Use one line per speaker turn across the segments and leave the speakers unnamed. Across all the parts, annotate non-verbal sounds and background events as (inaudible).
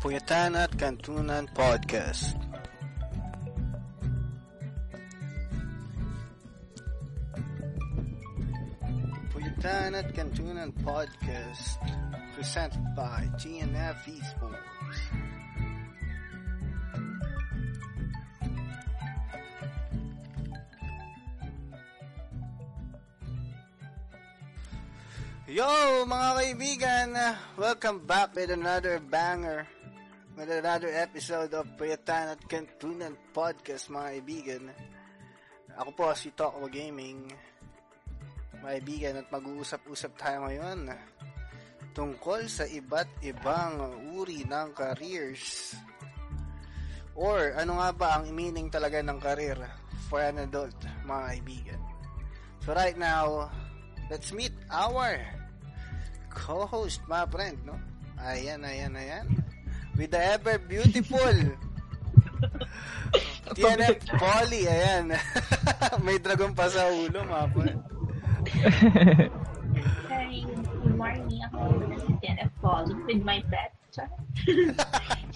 Puyatan at Kantunan Podcast. Puyatan at Kantunan Podcast presented by GNF Esports. Yo, mga kaibigan! Welcome back with another banger. With another episode of Puyatan at Kantunan Podcast, mga kaibigan. Ako po si Tokwa Gaming. Mga kaibigan, at mag-uusap-usap tayo ngayon tungkol sa iba't ibang uri ng careers. Or ano nga ba ang meaning talaga ng career for an adult, mga kaibigan. So right now, let's meet our co-host, my friend, no? Ayan, ayan, ayan. With the ever beautiful TNF Polly, ayan. (laughs) May dragon pa sa ulo, mga friend.
Hi, good morning. Ako na si Jenna Paul with my pet. (laughs) Char.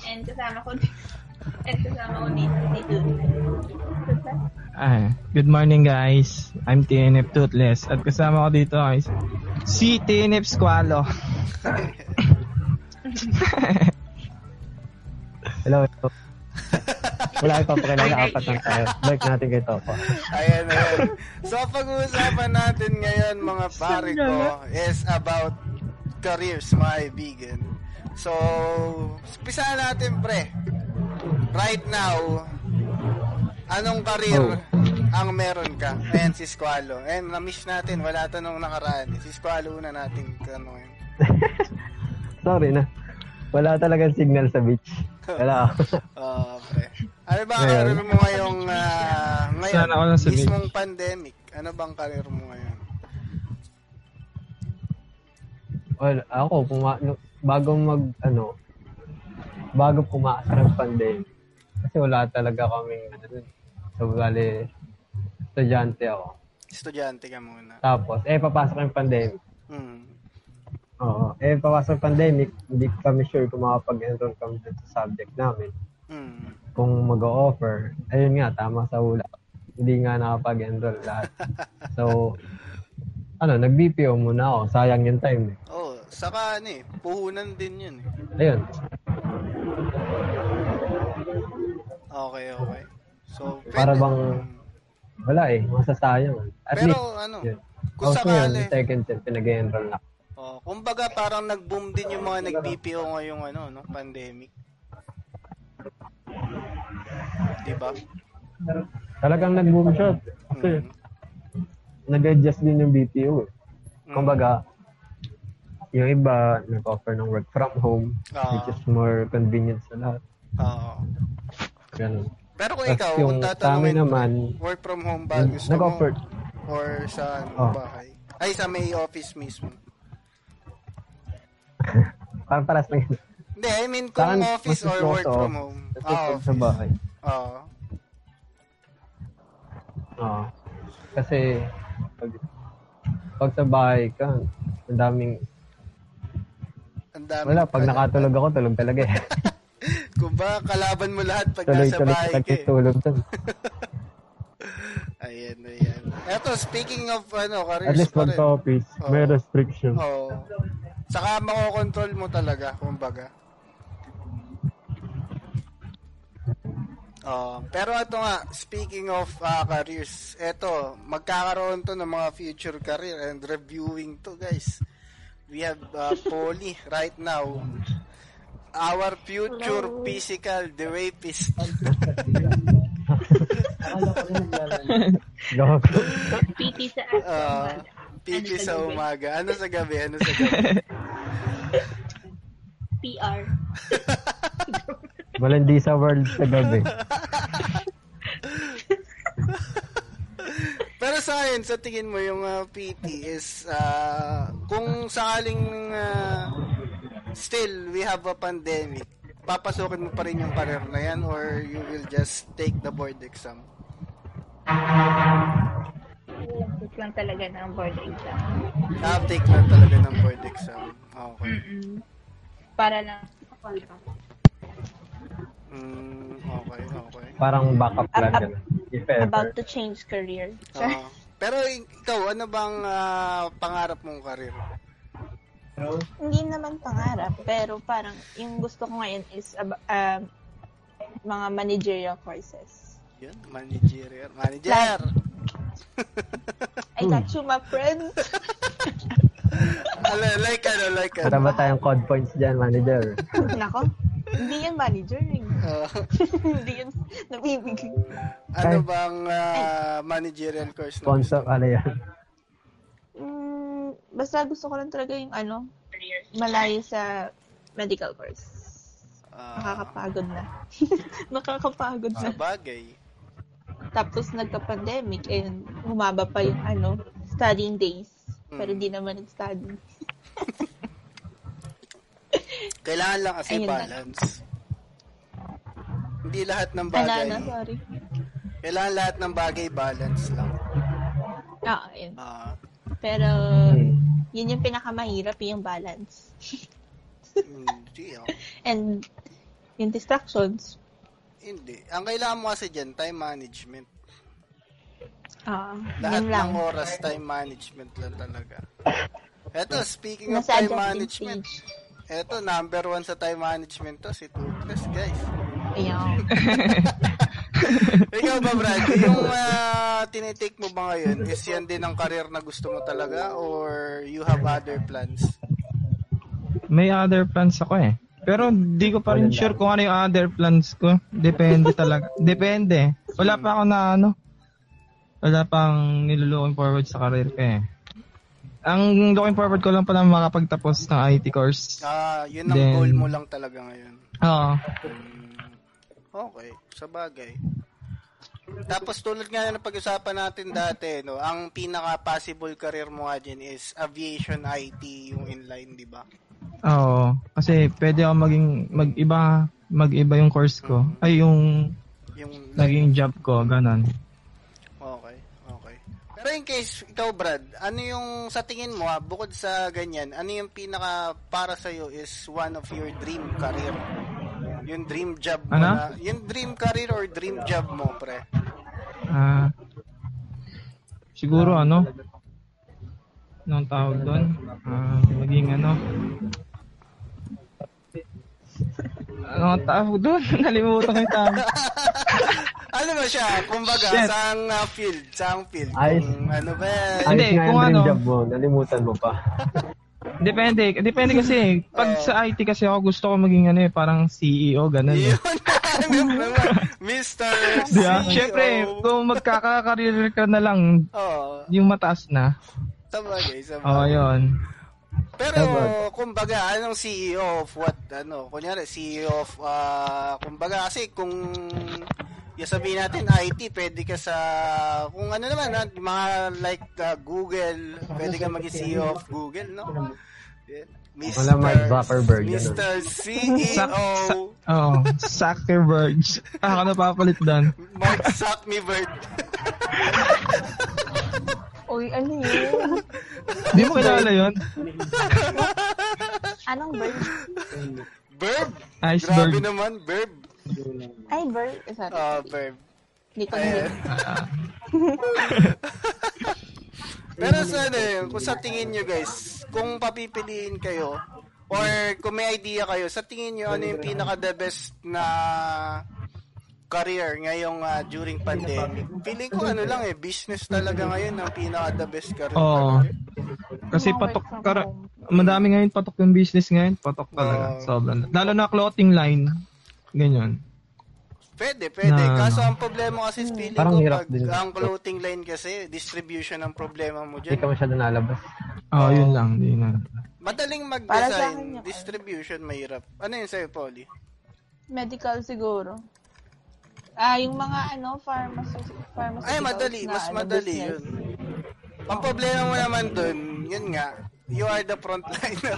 and kasama ko din. And kasama ko dito si Dude. Diba?
(laughs) Ah, good morning guys. I'm TNF Toothless at kasama ko dito guys, si TNF Squalo.
(laughs) Hello.
Ay,
Wala pa pakilala
ay,
apat lang
ay.
tayo. Balik natin kay Topo.
Ayan, ayan. So, pag-uusapan natin ngayon, mga pare ko, is about careers, mga kaibigan. So, umpisa natin, pre. Right now, anong
Oh.
career ang meron ka? Ayan, si Squalo. Ayan, na-miss natin. Wala tanong nakaraan. Si Squalo na natin tanongin.
Sorry na. Wala talagang signal sa beach. Wala.
Oo, pre. Ano ba ang
Ngayon?
career mo ngayong, ah, ngayon?
Sana ako lang sa
Mismong pandemic. Ano bang career mo ngayon?
Well, ako, puma, no, bago mag, ano, bago pumaasa ng pandemic. Kasi wala talaga kaming, ano, dun. so, bali, estudyante ako.
Estudyante ka muna.
Tapos, eh, papasok yung pandemic.
Hmm.
Oo. Eh, papasok yung pandemic, hindi kami sure kung makapag-enroll kami dun sa subject namin.
Hmm.
kung mag-o-offer, ayun nga, tama sa hula. Hindi nga nakapag-enroll lahat. So, ano, nag-BPO muna ako. Sayang yung time.
Oh, saka ano eh, puhunan din yun eh.
eh. Ayun.
Okay, okay. So,
Para
pwede-
bang- Wala eh. Masasayang. At
Pero
least,
ano,
yun.
kung ano eh.
Tapos ngayon,
sakali,
yung second sem, pinag-enroll na.
oh, kumbaga parang nag-boom din yung mga nag-BPO ngayong ano, no, pandemic. Diba?
Talagang nag-boom siya. Kasi, (laughs)
Mm.
nag-adjust din yung BPO eh.
Mm.
Kumbaga, yung iba, nag-offer ng work from home,
Ah.
which is more convenient sa lahat.
Oo.
Ganun.
Pero kung
Tapos
ikaw,
yung
kung
sa amin
tatanungin,
naman,
work from home ba
yun,
gusto mo?
nag-offer.
Or sa ano,
Oh.
bahay? Ay, sa may office mismo.
Parang paras lang yun.
Hindi, I mean kung
Saan
office
mas
or
gusto
work
ko?
from home.
Kasi
Ah,
sa
office.
bahay.
Oo.
Oo. Ah. Kasi, pag, pag sa bahay ka, ang daming,
Ang dami.
wala, pag nakatulog ako, tulog talaga eh.
Kung ba, kalaban mo lahat (laughs) pag nasa
Tuloy-tuloy
bahay
talaga
ka eh.
tulog dun.
Ayan, ayan. Eto, speaking of ano, careers
At least
pa
pag
rin.
sa office, may
Oo.
restriction.
Oo. Saka makokontrol mo talaga, kumbaga. Oh, pero ito nga, speaking of ah, careers, eto, magkakaroon to ng mga future career and reviewing to, guys. We have uh, Polly right now. Our future
Hello.
physical therapist.
Gago.
PT sa akin.
Ah, PT
Ano sa
sa
gabi?
umaga. Ano sa gabi? Ano sa
(laughs)
gabi?
PR.
Walang di sa world sa gabi.
Pero sa akin, sa tingin mo yung ah, PT is ah, kung sakaling ah, still we have a pandemic, papasukin mo pa rin yung career na yan or you will just take the board exam?
Ito lang talaga ng board exam.
Uptake lang talaga ng board exam. Okay.
Mm-mm. Para lang.
Mm, okay, okay.
Parang backup plan
Ab- ab-
ganun. If ever.
About to change career.
Oo. Ah, pero ikaw, ano bang ah, pangarap mong karir?
(laughs) Hindi naman pangarap, pero parang yung gusto ko ngayon is ab- um, mga managerial courses.
Yun, manager. Manager!
I got you, my friend.
Ala, (laughs) like ano, like
Para
ano.
ba tayong code points dyan, manager?
Nako, hindi yan managering.
Oo.
(laughs) hindi yan nabibigay.
(laughs) ano bang ah, managerial course na?
Concept, ano yan?
Mm, basta gusto ko lang talaga yung ano, malayo sa medical course.
Ah,
Nakakapagod na. (laughs) Nakakapagod na.
sa bagay.
Tapos nagka-pandemic and humaba pa yung ano, studying days. Pero
Mm.
di naman nag-study.
Kailangan lang kasi
Ayun lang.
balance. Hindi lahat ng
Ala
bagay.
na, Ano, sorry.
Kailangan lahat ng bagay balance lang.
Ah, ayun.
Ah,
Pero,
Mm.
Hmm.
yun yung pinakamahirap, yung balance. (laughs)
hindi oh.
And, yung distractions.
Hindi. Ang kailangan mo kasi dyan, time management.
Ah,
Lahat
yun lang.
ng oras, time management lang talaga. Eto, speaking of time
Nasa adjusting
management,
stage.
eto, number one sa time management to, si Toothless, guys.
Ayun.
Ikaw ba, Brad? Yung ah, tinitake mo ba ngayon, is yan din ang career na gusto mo talaga or you have other plans?
May other plans ako eh. Pero di ko pa rin sure kung ano yung other plans ko. Depende talaga. Depende. Wala pa ako na ano. Wala pang nilulooking forward sa career ko eh. Ang looking forward ko lang pala makapagtapos ng IT course.
Ah, yun ang
Then-
goal mo lang talaga ngayon.
Oo.
Mm, Okay, sa bagay. Tapos tulad nga na napag-usapan natin dati, no, ang pinaka-possible career mo nga dyan is aviation IT, yung inline, di ba?
Oo. Kasi pwede ako maging mag-iba mag-iba yung course ko. Ay yung
Yung
naging job ko, ganun.
Okay, okay. Pero in case, ikaw Brad, ano yung sa tingin mo, ha, bukod sa ganyan, ano yung pinaka para sa'yo is one of your dream career? Yung dream job mo
Ano?
na, yung dream career or dream job mo, pre?
Ah. siguro ano? Anong tawag doon? Ah, maging ano? Anong Ano tawag doon? (laughs) Nalimutan ko yung tawag.
Ano ba siya? Kumbaga,
Shit.
saang ah, field? Saang field?
Ayos.
Kung ano ba yan?
Ayos
Hindi,
nga yung
kung
dream
ano.
job mo, nalimutan mo pa.
Depende. Depende kasi. Pag sa IT kasi ako gusto ko maging ano eh, parang CEO, ganun eh.
Yun (laughs) E na
(laughs)
naman. Mr.
Di ba?
CEO.
Siyempre, kung magkakakareer ka na lang,
Oo.
yung mataas na.
Sabagay,
Oo,
sabagay.
Oh, yun.
Pero,
Sabag.
kumbaga, ano, anong CEO of what, ano, kunyari, CEO of, ah, kumbaga, kasi kung, yung sabihin natin, IT, pwede ka sa, kung ano naman, ah, mga like ah, Google, pwede ka maging CEO of Google, no? Yeah. Mr.
Wala, Mark Zuckerberg, ganun.
Mr. E CEO
Oo. Zuckerberg. Ah, ano papalit doon?
Mark Zuckerberg.
Uy, ano yun?
Di mo kilala yun?
Anong bird?
Burb?
Iceberg.
Grabe naman, Burb.
Ay, bird. Eh, Sorry.
Ah, Burb.
Hindi ko
Ayan.
narinig.
(laughs) Pero sa ano eh, kung sa tingin nyo guys, kung papipiliin kayo, or kung may idea kayo, sa tingin nyo ano yung pinaka the best na career ngayong ah, during pandemic? Feeling ko ano lang eh, business talaga ngayon ang pinaka the best career.
Oo.
talaga.
Kasi
Mga
patok,
work from
kar-
home.
madami ngayon patok yung business ngayon. Patok talaga.
Oo.
Sobrang. Lalo na clothing line. Ganyan.
Pwede, pwede.
Na-
Kaso ang problema kasi is feeling
Parang
ko
hirap
pag
din.
ang clothing line kasi, distribution ang problema mo
Hindi
dyan.
ka masyado nalabas.
Oo, oh, yun lang. Di na.
Madaling
Para
mag-design,
sa akin yun.
distribution mahirap. Ano yun sa'yo, Polly?
Medical siguro. Ah, yung mga ano, pharmacy, ano, pharmacy
Ay, madali. Mas madali yun. Ang problema mo naman dun, yun nga, you are the (laughs) frontliner.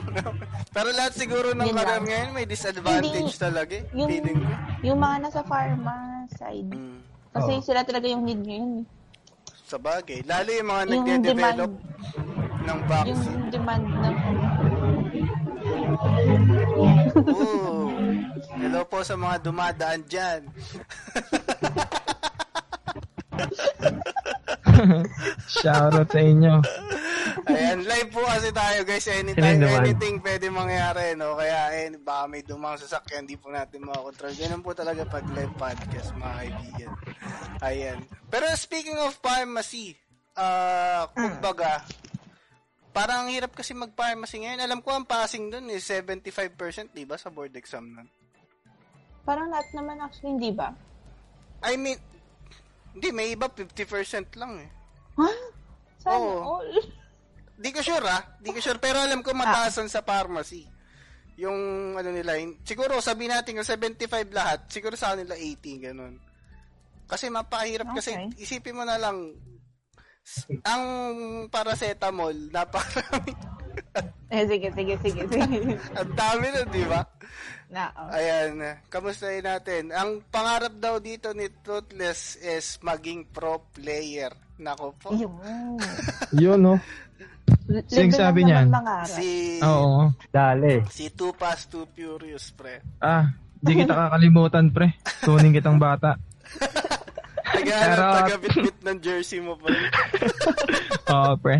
Pero lahat siguro ng
Yun
karam
lang.
ngayon may disadvantage
Hindi.
talaga eh.
Yung,
Feeling ko.
yung mga nasa pharma side.
Mm,
Kasi
Oh.
Oo.
sila talaga yung need ngayon. eh.
sa bagay. Lalo yung mga
Yung
nagde-develop
demand.
ng
Yung
vaccine.
demand na
Oh, hello Hello po sa mga dumadaan dyan.
Shoutout sa
Ano?
inyo.
Ayan, live po kasi tayo guys.
Sino
Anytime,
yung dumaan?
anything pwede mangyari, no? Kaya, ayun, baka may dumang sasakyan, hindi po natin makakontrol. Ganun po talaga pag live podcast, mga kaibigan. Ayan. Pero speaking of pharmacy, ah, kumbaga, parang ang hirap kasi mag-pharmacy ngayon. Alam ko ang passing dun is 75%, di ba, sa board exam nun?
Parang lahat naman actually, hindi ba?
I mean, hindi, may iba 50% lang eh.
Ha? Sana
Oo.
all. (laughs)
Di ko sure ah. Di ko sure. Pero alam ko mataasan sa pharmacy. Yung ano nila. Yung, siguro sabi natin yung 75 lahat. Siguro sa kanila 80. Ganun. Kasi mapakahirap kasi
Okay.
isipin mo na lang s- ang paracetamol napakarami. (laughs)
Eh, sige, sige, sige, sige.
Ang dami na, di ba?
Na, oh.
Ayan, kamustahin natin. Ang pangarap daw dito ni Toothless is maging pro player. Nako po.
Yun.
Yun, no?
Libre
Sing
lang
sabi
naman
niyan.
mangarap.
Si
Oo.
Dali.
si Two Fast Two Furious pre.
Ah, di kita kakalimutan, pre. Tuning kitang bata.
Taga,
Charot.
taga bit ng jersey mo pa.
Oo, pre.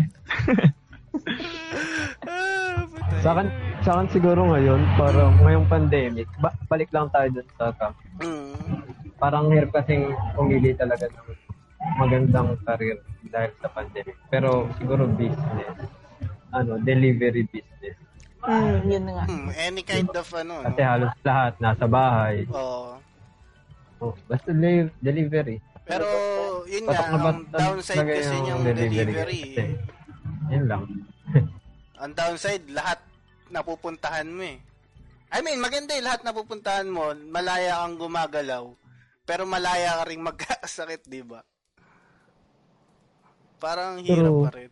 Ah,
Sa akin, sa akin siguro ngayon, parang ngayong pandemic, ba- balik lang tayo dun sa camp.
Mm,
Parang hirap kasing pumili talaga ng magandang career dahil sa pandemic. Pero siguro business, ano, delivery business.
Hmm, yun nga.
Hmm, any kind of ano.
Kasi
No?
halos lahat nasa bahay.
Oo.
Oh, basta li- delivery.
Pero yun
Patok
nga,
na
ang
ba't-
downside
lagay
kasi
ng
yung
kasi.
delivery. eh.
Yun lang.
Ang downside, lahat napupuntahan mo eh. I mean, maganda eh, lahat napupuntahan mo, malaya kang gumagalaw, pero malaya ka rin magkasakit, di ba? Parang hirap
True.
pa rin.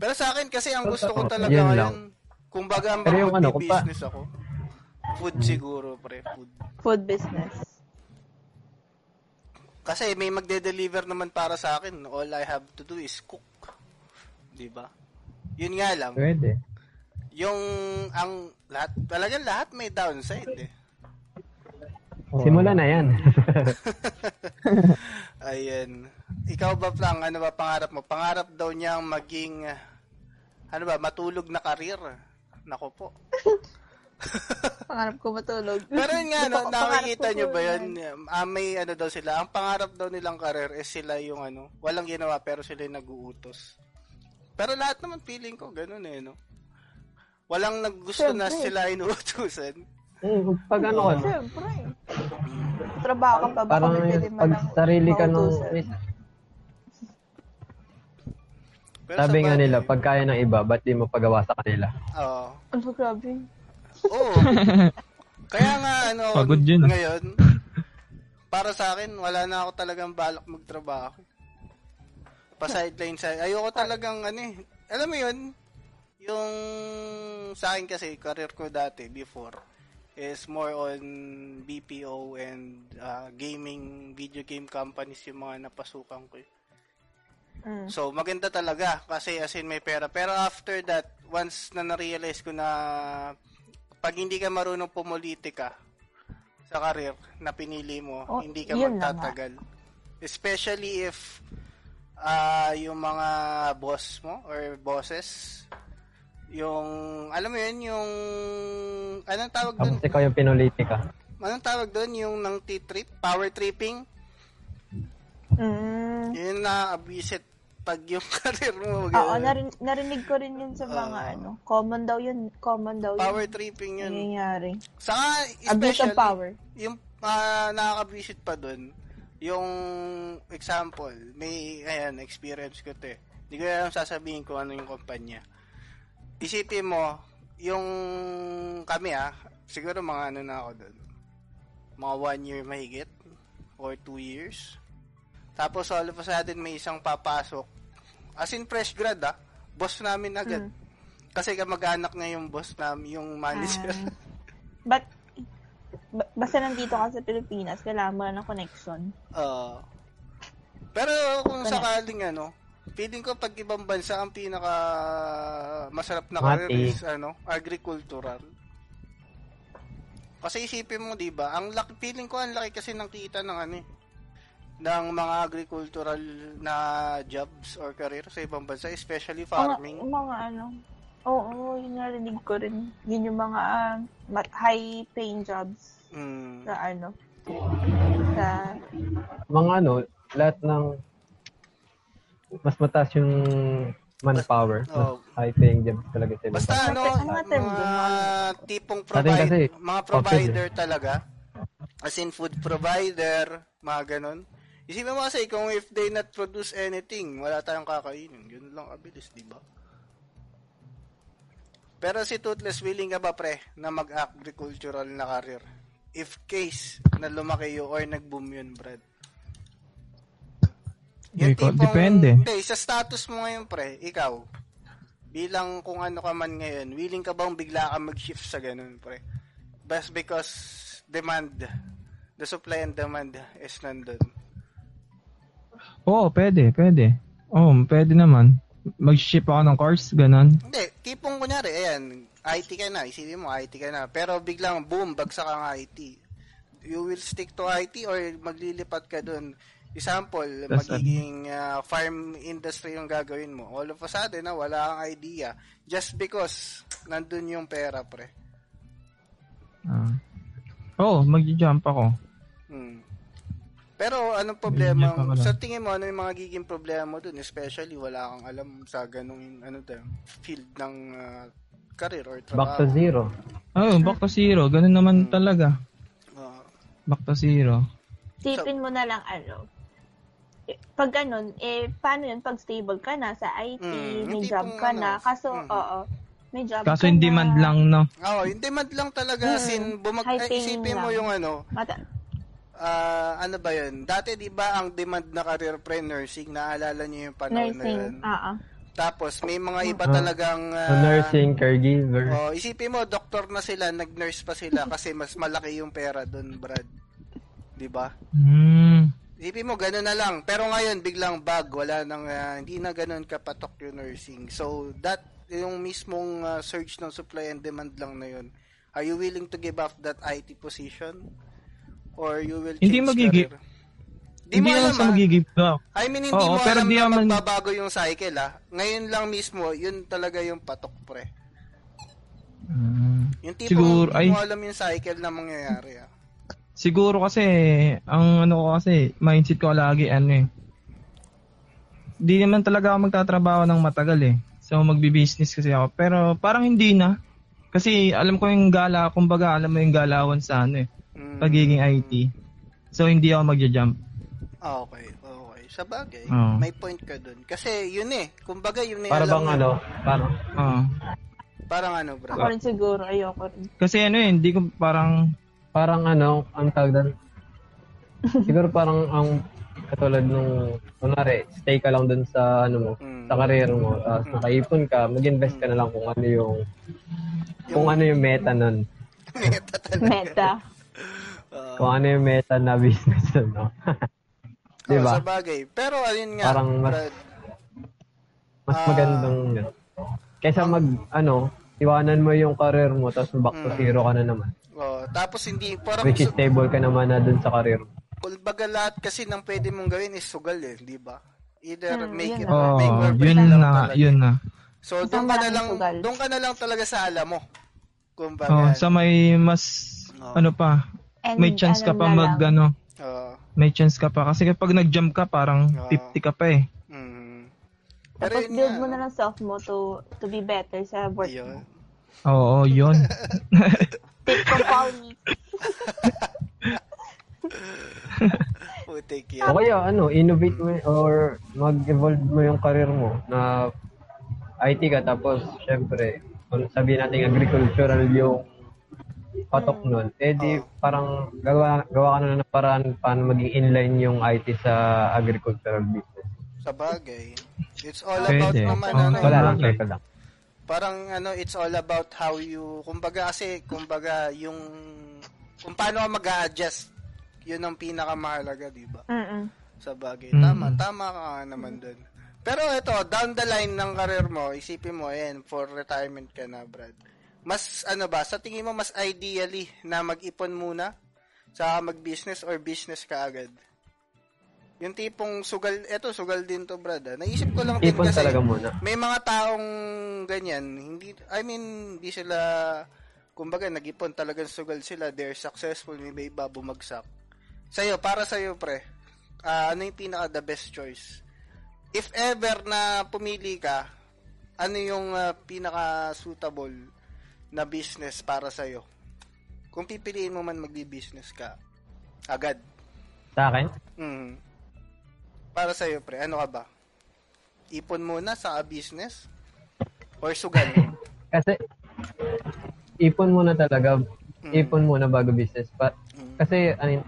Pero sa akin kasi ang gusto ko
Totoo.
talaga
Yun
yun,
lang.
kung baga
Pero yung ano, kung pa- Hmm.
business ako, food siguro, pre, food.
Food business.
Kasi may magde-deliver naman para sa akin. All I have to do is cook. 'Di ba? Yun nga lang.
Pwede.
Yung ang lahat, talagang lahat may downside eh.
Oh.
Simula na yan. (laughs)
Ayun. Ikaw ba Frank, ano ba pangarap mo? Pangarap daw niyang maging ah, ano ba, matulog na karir. Nako po.
Pangarap ko matulog.
Pero yun nga, no,
Gusto ko- pangarap
nakikita
ko
niyo ba
matulog.
yun? Ah, may ano daw sila. Ang pangarap daw nilang karir is sila yung ano, walang ginawa pero sila yung nag-uutos. Pero lahat naman feeling ko, ganun eh, no? Walang naggusto na
Siyempre.
sila inuutusan.
Mm, Pag ano ka,
Siyempre. Trabaho ka pa ba?
parang
Kung pwede
yun,
man
pag
lang
sarili ka ng...
mautusan.
Pero sa
Sabi nga
bagay-
nila, pag kaya ng iba, ba't di mo pagawa sa kanila?
Oo.
Ano, grabe.
Oo. Kaya nga, ano,
Pagod yun, ah.
ngayon, para sa akin, wala na ako talagang balak magtrabaho. Pa-sideline sa... Ayoko talagang, ano eh. Alam mo yun, yung sa akin kasi, career ko dati, before, is more on BPO and ah, gaming, video game companies yung mga napasukan ko. eh.
Mm.
So, maganda talaga kasi as in may pera. Pero after that, once na na-realize ko na pag hindi ka marunong pumolitika sa karir na pinili mo,
Oh,
hindi ka
yun na
magtatagal. Especially if ah yung mga boss mo or bosses, yung, alam mo yun, yung, anong tawag doon?
Tapos
Um,
ikaw yung pinuliti ka.
Anong tawag doon? Yung nang T-trip? Power tripping?
Mm.
Yun na abisit pag yung (laughs) karir mo.
Oo,
ganun.
narin- narinig ko rin yun sa mga
Oo.
ano. Common daw yun. Common daw yun.
Ah. Power tripping yun.
Nangyayari.
Saka,
Abuse
special,
of power.
yung uh, nakaka-visit pa dun, yung example, may, ayan, experience ko to eh. Hindi ko alam sasabihin ko ano yung kumpanya. Isipin mo, yung kami ah, siguro mga ano na ako dun. Mga one year mahigit, or two years. Tapos all of a sudden may isang papasok. As in fresh grad ah, boss namin agad.
Mm.
Kasi kamag-anak na yung boss namin, yung manager.
Ah. but, ba- basta nandito ka sa Pilipinas, kailangan mo na ng connection.
Oo. Ah, Pero kung sakaling ano, feeling ko pag ibang bansa ang pinaka masarap na
Mati.
career is ano, agricultural. Kasi isipin mo, 'di ba? Ang laki feeling ko ang laki kasi ng kita ng ano eh, ng mga agricultural na jobs or career sa ibang bansa, especially farming.
Mga, mga ano. Oo, yun narinig ko rin. Yun yung mga ah, ma- high-paying jobs
Mm.
sa ano. Sa,
Mga ano, lahat ng mas mataas yung manpower. Mas
Oh.
high paying jobs talaga sila.
Basta ano,
Ano nga term
mga tipong
Dating kasi,
provider, mga
office
provider talaga. As in food provider, mga ganun. Isipin mo kasi kung if they not produce anything, wala tayong kakainin. Ganun lang kabilis, di ba? Pero si Toothless, willing ka ba pre na mag-agricultural na career? If case na lumaki yun or nag-boom yun, Brad.
Hindi ko- depende.
Hindi, sa status mo ngayon, pre, ikaw, bilang kung ano ka man ngayon, willing ka bang bigla ka mag-shift sa ganun, pre? Bas because demand, the supply and demand is nandun.
Oo, pwede, pwede. Oo, pwede naman. Mag-ship ako ng course, ganun.
Hindi, tipong kunyari, ayan, IT ka na, isipin mo, IT ka na, pero biglang boom, bagsak ang IT. You will stick to IT or maglilipat ka dun. Example,
That's right.
magiging ah, farm industry yung gagawin mo. All of a sudden, na wala kang idea. Just because, nandun yung pera, pre.
Ah. Oo, mag-jump ako.
Hmm. Pero anong problema?
Yun yung pangalan.
Sa tingin mo, ano yung mga giging problema mo dun? Especially, wala kang alam sa ganung ano, to, field ng ah, career or trabaho.
Back to zero.
Oo, back to zero. Ganun naman talaga.
Oo.
Back to zero.
tipin mo na lang ano. Eh, Pag ganun, eh, paano yun? Pag stable ka na sa IT,
Mm,
may
yung
job
tipong
ka
ano,
na. Kaso,
mm.
oo, may job
Kaso
ka na.
in demand lang, no?
Oo, yung demand lang talaga.
Hmm.
Sin, bumag-
High
eh,
paying
isipin
lang.
mo yung ano,
Mata-
ah, ano ba yun? Dati di ba ang demand na career pre nursing, naalala niyo yung panahon na
nursing,
Ano
Mm-hmm.
yun?
oo.
Tapos may mga iba
Ah.
talagang...
So,
ah,
nursing, caregiver.
Oh, isipin mo, doktor na sila, nag-nurse pa sila kasi mas malaki yung pera doon, Brad. 'Di ba?
Hmm.
Isipin mo, gano'n na lang. Pero ngayon, biglang bag, wala nang, ah, hindi na gano'n kapatok yung nursing. So, that, yung mismong ah, surge ng supply and demand lang na yun. Are you willing to give up that IT position? Or you will change
Hindi magigi-
career? Di mo
Hindi naman
alam,
sa
ah.
mag-give up.
I mean, hindi
Oo,
mo
pero
alam
di
na
naman-
magbabago yung cycle, ah. Ngayon lang mismo, yun talaga yung patok, pre.
Hmm.
Yung tipong
Siguro,
hindi mo
ay.
alam yung cycle na mangyayari, ah.
Siguro kasi, ang ano ko kasi, mindset ko lagi ano eh. Di naman talaga ako magtatrabaho ng matagal eh. So magbi-business kasi ako. Pero parang hindi na. Kasi alam ko yung gala, kumbaga alam mo yung galawan sa ano eh,
Mm.
pagiging IT. So hindi ako magja-jump.
Ah, Okay, okay. Sa bagay,
Oo.
may point ka dun. Kasi yun eh, kumbaga yun na yung
Para
alam
bang
mo.
ano, parang
Oo.
Parang ano, bro?
Ako rin siguro, ayoko
(laughs)
rin.
Kasi ano eh, hindi ko parang
parang ano, ang tawag doon. Siguro parang ang katulad nung, kunwari, stay ka lang dun sa, ano mo,
Mm.
sa karir mo, tapos nakaipon ka, mag-invest ka na lang kung ano yung, kung ano yung meta nun.
Meta talaga.
Meta.
Oo.
Kung ano yung meta na (laughs) business ano. nun, no? Di
Oo,
ba?
Sa bagay. Pero ayun nga,
Diba? Parang mas-
Brad,
Mas
Ah.
magandang, yun. Kaysa mag, ano, iwanan mo yung karir mo, tapos back
Mm.
to zero ka na naman.
oo, tapos hindi, parang
Which is
su-
stable ka naman na dun sa karir mo.
kumbaga lahat kasi nang pwede mong gawin is sugal eh, di ba? Either
Hmm,
make
yun
it or
oh,
make or break
yun
lang
na,
talaga.
yun na.
So,
Isang
doon ka na
malaking
lang,
sugal.
doon ka na lang talaga sa alam mo. Kumbaga.
Oh, sa may mas
Oo.
ano pa,
And
may chance ka
alam
pa
na
mag
lang.
ano,
oo,
may chance ka pa kasi kapag nag-jump ka parang
Oo.
50 ka pa eh.
mm. Pero
Tapos
yun
build
nga,
mo na lang self mo to, to be better sa work.
Ayun.
Oo, yun.
Tip from
(laughs)
Pauli.
Putik
O
yan.
kaya ano, innovate mo y- or mag-evolve mo yung career mo na IT ka tapos syempre, kung sabihin natin agricultural yung patok
Mm.
nun, eh di
Oo.
parang gawa, gawa ka na ng paraan paano maging inline yung IT sa agricultural business.
Sa bagay. It's all about
Pwede.
naman,
Oo,
ano,
Wala lang,
bagay.
teka lang.
parang ano it's all about how you kumbaga kasi kumbaga yung kung paano ka mag-adjust yun ang pinakamahalaga di ba
Mm-mm.
sa bagay
Mm.
tama tama ka nga naman dun pero ito down the line ng career mo isipin mo yan for retirement ka na Brad mas ano ba, sa tingin mo mas ideally na mag-ipon muna sa mag-business or business ka agad? Yung tipong sugal, eto sugal din to brad. ah. Naisip ko lang din
Ipon
kasi
talaga muna.
may mga taong ganyan, hindi, I mean, hindi sila, kumbaga nag-ipon talagang sugal sila, they're successful, may may iba bumagsak. Sa'yo, para sa'yo pre, ah, ano yung pinaka the best choice? If ever na pumili ka, ano yung ah, pinaka suitable na business para sa'yo? Kung pipiliin mo man magbi-business ka, agad.
Sa akin?
Mm. Para sa'yo, pre, ano ka ba? Ipon muna sa business? Or sugal?
Kasi, ipon muna talaga.
Mm.
Ipon muna bago business. Pa-
Mm.
kasi, ano, yun,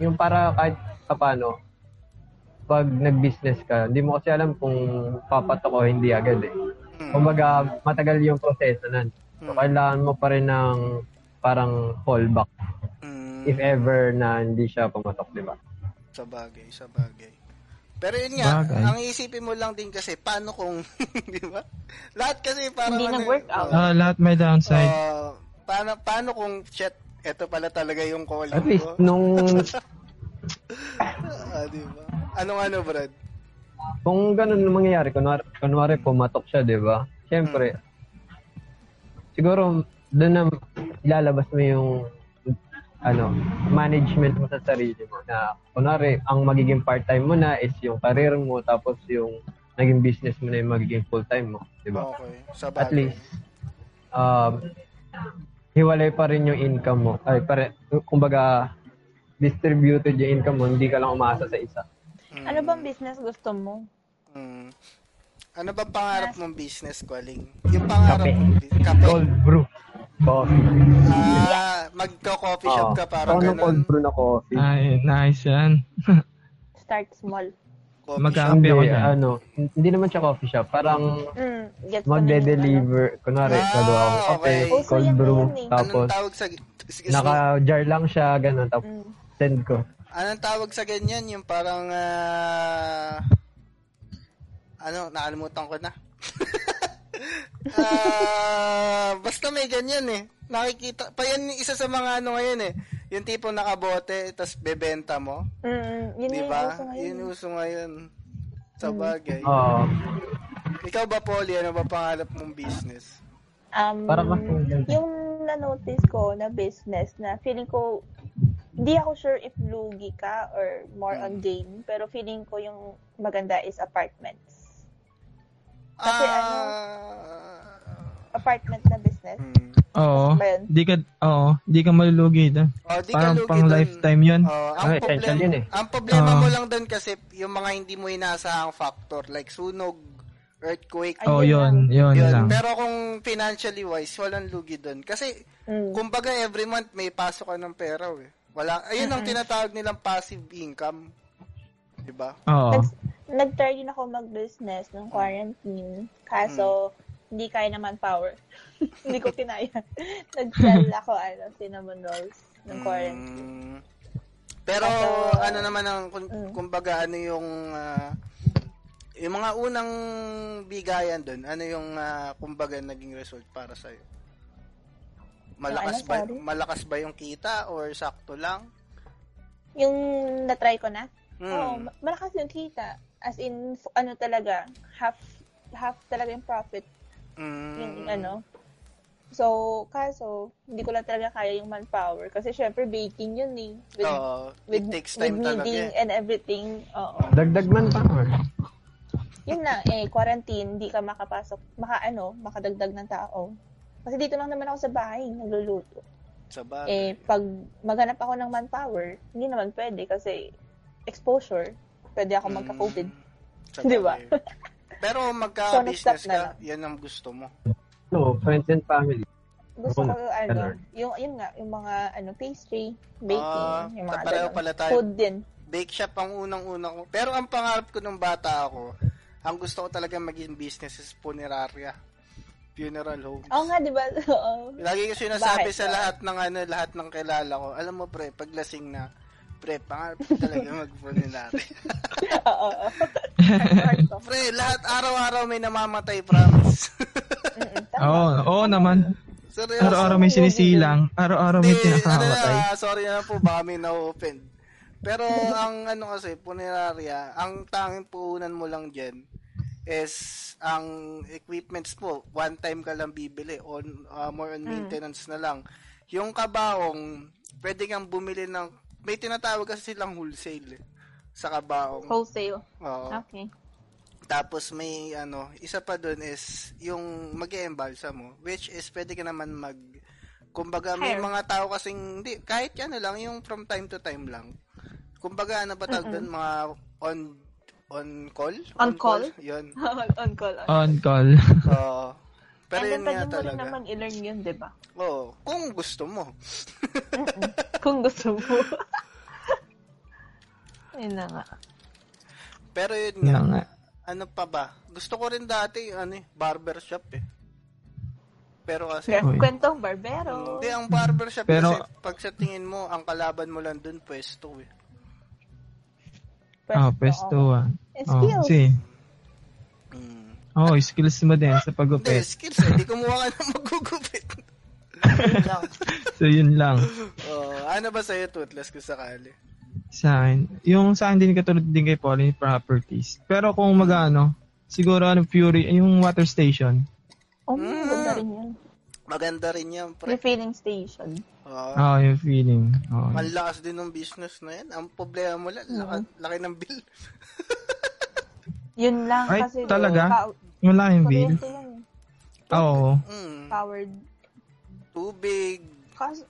yung para kahit paano, pag nag-business ka, hindi mo kasi alam kung papatok o hindi agad eh.
Mm.
Kumbaga, matagal yung proseso nun. So,
Mm.
kailangan mo pa rin ng parang fallback
Mm.
if ever na hindi siya pumatok, di ba?
Sa bagay, sa bagay. Pero yun nga,
Bagay.
ang isipin mo lang din kasi, paano kung, (laughs) di ba? Lahat kasi parang...
Hindi
ano eh,
nag-work out.
Ah, lahat may downside.
ah, paano, paano kung, shit, eto pala talaga yung calling
At least,
ko?
nung,
Ah, di ba? Anong ano, Brad?
kung ganun yung mangyayari, kunwari, kunwari pumatok siya, di ba? Siyempre, siguro, doon na ilalabas mo yung, ano, management mo sa sarili mo. Na, kunwari, ang magiging part-time mo na is yung career mo, tapos yung naging business mo na yung magiging full-time mo, di ba?
Okay, sa bagay.
At least, um, hiwalay pa rin yung income mo. Ay, pare, kumbaga, distributed yung income mo, hindi ka lang umasa sa isa.
Mm.
Ano bang business gusto mo?
Mm. Ano ba pangarap mong business, Kwaling? Yung pangarap
Kape.
mong bu- kape.
Cold brew. Coffee.
Ah, magko-coffee shop ka para
Oo, ng cold
ganun.
brew na coffee.
Ay, nice yan.
Start small.
Coffee
Magka-
shop.
hindi,
ako dyan.
ano, hindi naman siya coffee shop. Parang
Mm, gets ko na yung
magde-deliver. Kunwari,
Ano Ah,
gagawa ko ng kape,
okay.
Uso
cold
yan
brew.
ngayon eh.
Tapos,
Anong tawag sa... Excuse me.
naka-jar lang siya, ganun.
ano.
Tapos,
Mm.
send ko.
Anong tawag sa ganyan? Yung parang... ah, ano, nakalimutan ko na. (laughs) Ah, basta may ganyan eh. Nakikita, pa yan yung isa sa mga ano ngayon eh. Yung tipo nakabote, tas bebenta mo.
Mm, yun
Di
yung
ba?
uso ngayon. Hmm.
Yun uso ngayon. Sa bagay.
Oo.
Ikaw ba, Polly, ano ba pangalap mong business?
Um,
Parang mas maganda.
yung na-notice ko na business na feeling ko, hindi ako sure if lugi ka or more on game, pero feeling ko yung maganda is apartments. Kasi ano, apartment na business.
Ah, Hmm.
Oo.
Ba yun?
Di ka, oo, di ka malulugi doon.
Oh, di ka
Parang
lugi
pang
dun.
lifetime Ah. yun.
Oh, ang,
Okay, essential
problema,
yun eh.
ang problema
Oo.
mo lang doon kasi yung mga hindi mo inaasahang factor like sunog, earthquake,
Ay,
Oo,
yun
yun.
yun, yun, Oh, ano lang.
Pero kung financially wise, walang lugi doon. Kasi
Mm.
kumbaga every month may pasok ka ng pera eh. Wala, ayun ang tinatawag nilang passive income. 'Di ba?
Oo.
Nags- Nag-try din ako mag-business nung quarantine. Kaso, hindi kaya naman power. (laughs) hindi ko kinaya. (laughs) Nag-sell ako, ano, cinnamon rolls nung quarantine.
Mm. Pero
Ako-
ano naman ang kun-
Mm.
kumbaga ano yung ah, yung mga unang bigayan doon, ano yung ah, kumbaga naging result para sa Malakas
ano,
ba
sorry?
malakas ba yung kita or sakto lang?
Yung na-try ko na, oo,
Hmm.
Oh, ma- malakas yung kita. As in, f- ano talaga, half half talaga yung profit,
Mm.
yung ano. So, kaso, hindi ko lang talaga kaya yung manpower. Kasi, syempre, baking yun eh. With,
Oo,
with,
it takes
with
time talaga.
kneading
eh.
and everything. Oo.
Dagdag man pa.
yun na, eh, quarantine, hindi ka makapasok, maka, ano, makadagdag ng tao. Kasi dito lang naman ako sa bahay, nagluluto.
Sa bagay.
Eh, pag maghanap ako ng manpower, hindi naman pwede kasi exposure, pwede ako
Mm.
magka-COVID.
Sa
Di ba?
bagay. Pero
(laughs)
magka-business
So, nag-stop na
ka, yan ang gusto mo.
No, friends and family.
Gusto
Ako
ko,
na,
ano,
ganun.
yung, yun nga, yung mga, ano, pastry, baking,
Ah,
yung mga
pareho
ganun.
pala tayo.
Food din.
bake shop ang unang-una ko. Pero ang pangarap ko nung bata ako, ang gusto ko talaga maging business is funeraria. Funeral home.
Oo nga, di ba? (laughs)
(laughs)
Oo.
Lagi ko sinasabi
Oh, Bakit?
sa lahat ng ano, lahat ng kilala ko. Alam mo pre, paglasing na, pre, pangarap ko talaga mag-funerary.
Oo, oo. Part of,
pre, lahat araw-araw may namamatay, promise. (laughs)
mm, mm,
Oo,
tama.
oo naman.
Seryoso.
Araw-araw may sinisilang. Araw-araw may
Hindi, ano
tinakamatay.
na, sorry na po, baka may na-open. Pero ang ano kasi, puneraria, ang tanging puunan mo lang dyan is ang equipments po, one time ka lang bibili on uh, more on maintenance na lang. Yung kabaong, pwede kang bumili ng may tinatawag kasi silang wholesale eh, sa kabaong.
Wholesale.
Oo.
Okay. (laughs)
Tapos may ano, isa pa doon is yung mag embalsa mo, which is pwede ka naman mag kumbaga may
Hire.
mga tao kasing hindi kahit ano lang yung from time to time lang. Kumbaga ano ba tawag doon mga on on call?
On call?
Yun.
on call. On.
On call.
Oo. pero
And
yun
then,
nga
pwede mo rin
talaga.
naman i-learn yun, di
(laughs)
ba?
Oo, kung gusto mo.
Kung gusto mo. (laughs) Ayun na nga.
Pero yun nga,
Nga nga.
ano pa ba? Gusto ko rin dati ano eh, barbershop eh. Pero kasi
Yeah.
Uy.
Kwentong barbero.
Hindi, ang barbershop
Pero-
kasi pag sa tingin mo, ang kalaban mo lang dun, pwesto eh.
Ah, pwesto ah.
Eh,
Oh,
skills.
si.
Mm.
Oh, skills mo din sa
Hindi,
pagupit.
skills eh. Hindi kumuha ka ng (laughs) magugupit.
Yun lang.
So, yun lang.
oh, ano ba sa'yo, Toothless, kung sakali?
Sa akin. Yung sa akin din katulad din kay Pauline, properties. Pero kung magano, siguro ano, Fury, eh, yung water station.
Oh, maganda rin yun.
Maganda rin yan, Mm. pre.
Refilling station.
Oh,
Oh, yung feeling. Oh.
ang lakas din ng business na yan. Ang problema mo lang, laki, laki ng bill.
Yun lang
Ay,
kasi
talaga?
pow-
Wala yung bill.
kuryente yan. eh.
Oo.
Mm,
Powered.
tubig.
Kaso,